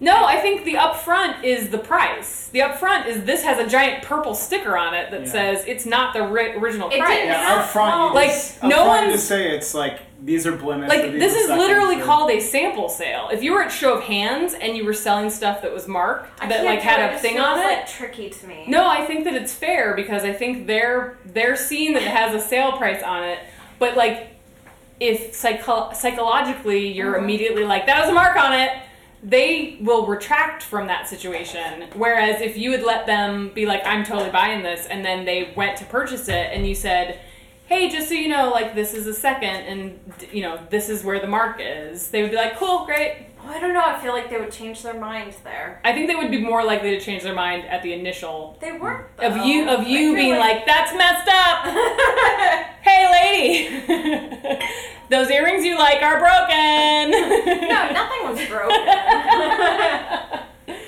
S1: No, I think the upfront is the price. The upfront is this has a giant purple sticker on it that
S5: Yeah.
S1: says it's not the ri- original
S2: It
S1: price.
S2: didn't
S5: Yeah, up front, you
S1: Like,
S5: just,
S1: no
S5: up front you
S1: one's-
S5: just say it's like these are blemish.
S1: Like
S5: or these
S1: this
S5: are
S1: is
S5: seconds,
S1: literally
S5: or-
S1: called a sample sale. If you were at show of hands and you were selling stuff that was marked
S2: I
S1: that
S2: can't
S1: like
S2: do it.
S1: had
S2: It
S1: a
S2: just
S1: thing
S2: feels,
S1: on it,
S2: Like, tricky to me.
S1: no, I think that it's fair because I think they're they're seeing that it has a sale price on it, but like if psycho- psychologically you're immediately like that was a mark on it, they will retract from that situation. Whereas if you would let them be like I'm totally buying this and then they went to purchase it and you said Hey, just so you know, like this is a second, and d- you know this is where the mark is. They would be like, "Cool, great."
S2: Oh, I don't know. I feel like they would change their mind there.
S1: I think they would be more likely to change their mind at the initial
S2: They weren't.
S1: of you
S2: though.
S1: of you
S2: Oh, I feel
S1: being like that's messed up hey lady those earrings you like are broken
S2: no, nothing was broken.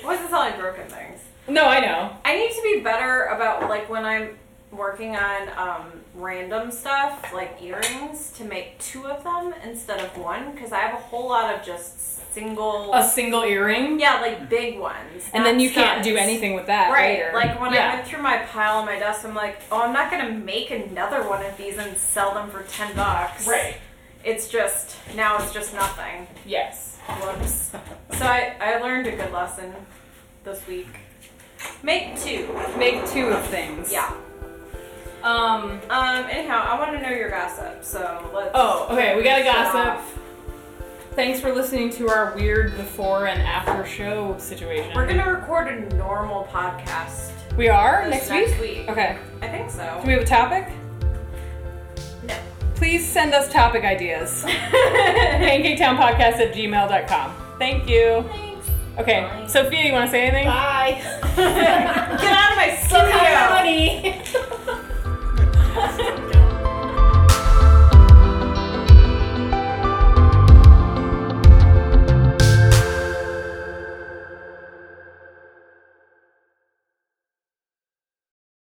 S2: Wasn't selling broken things.
S1: no i know
S2: I need to be better about like when I'm working on um, random stuff like earrings to make two of them instead of one because I have a whole lot of just single
S1: a single earring
S2: yeah like big ones
S1: and
S2: not
S1: then you can't
S2: studs.
S1: do anything with that
S2: right
S1: later.
S2: like when I
S1: yeah.
S2: went through my pile on my desk I'm like oh I'm not gonna make another one of these and sell them for ten bucks
S1: right
S2: it's just now it's just nothing
S1: yes
S2: whoops so I I learned a good lesson this week make two
S1: make two of things
S2: yeah.
S1: um
S2: Um, anyhow, I want to know your gossip, so let's.
S1: oh okay we gotta
S2: Stop.
S1: gossip thanks for listening to our weird before and after show situation
S2: We're gonna record a normal podcast.
S1: we are next,
S2: this next
S1: week
S2: week.
S1: okay
S2: I think so.
S1: do we have a topic
S2: No.
S1: please send us topic ideas pancaketownpodcast at gmail.com. Thank you.
S3: Thanks.
S1: Okay, Sophia, you want to say anything?
S6: Bye.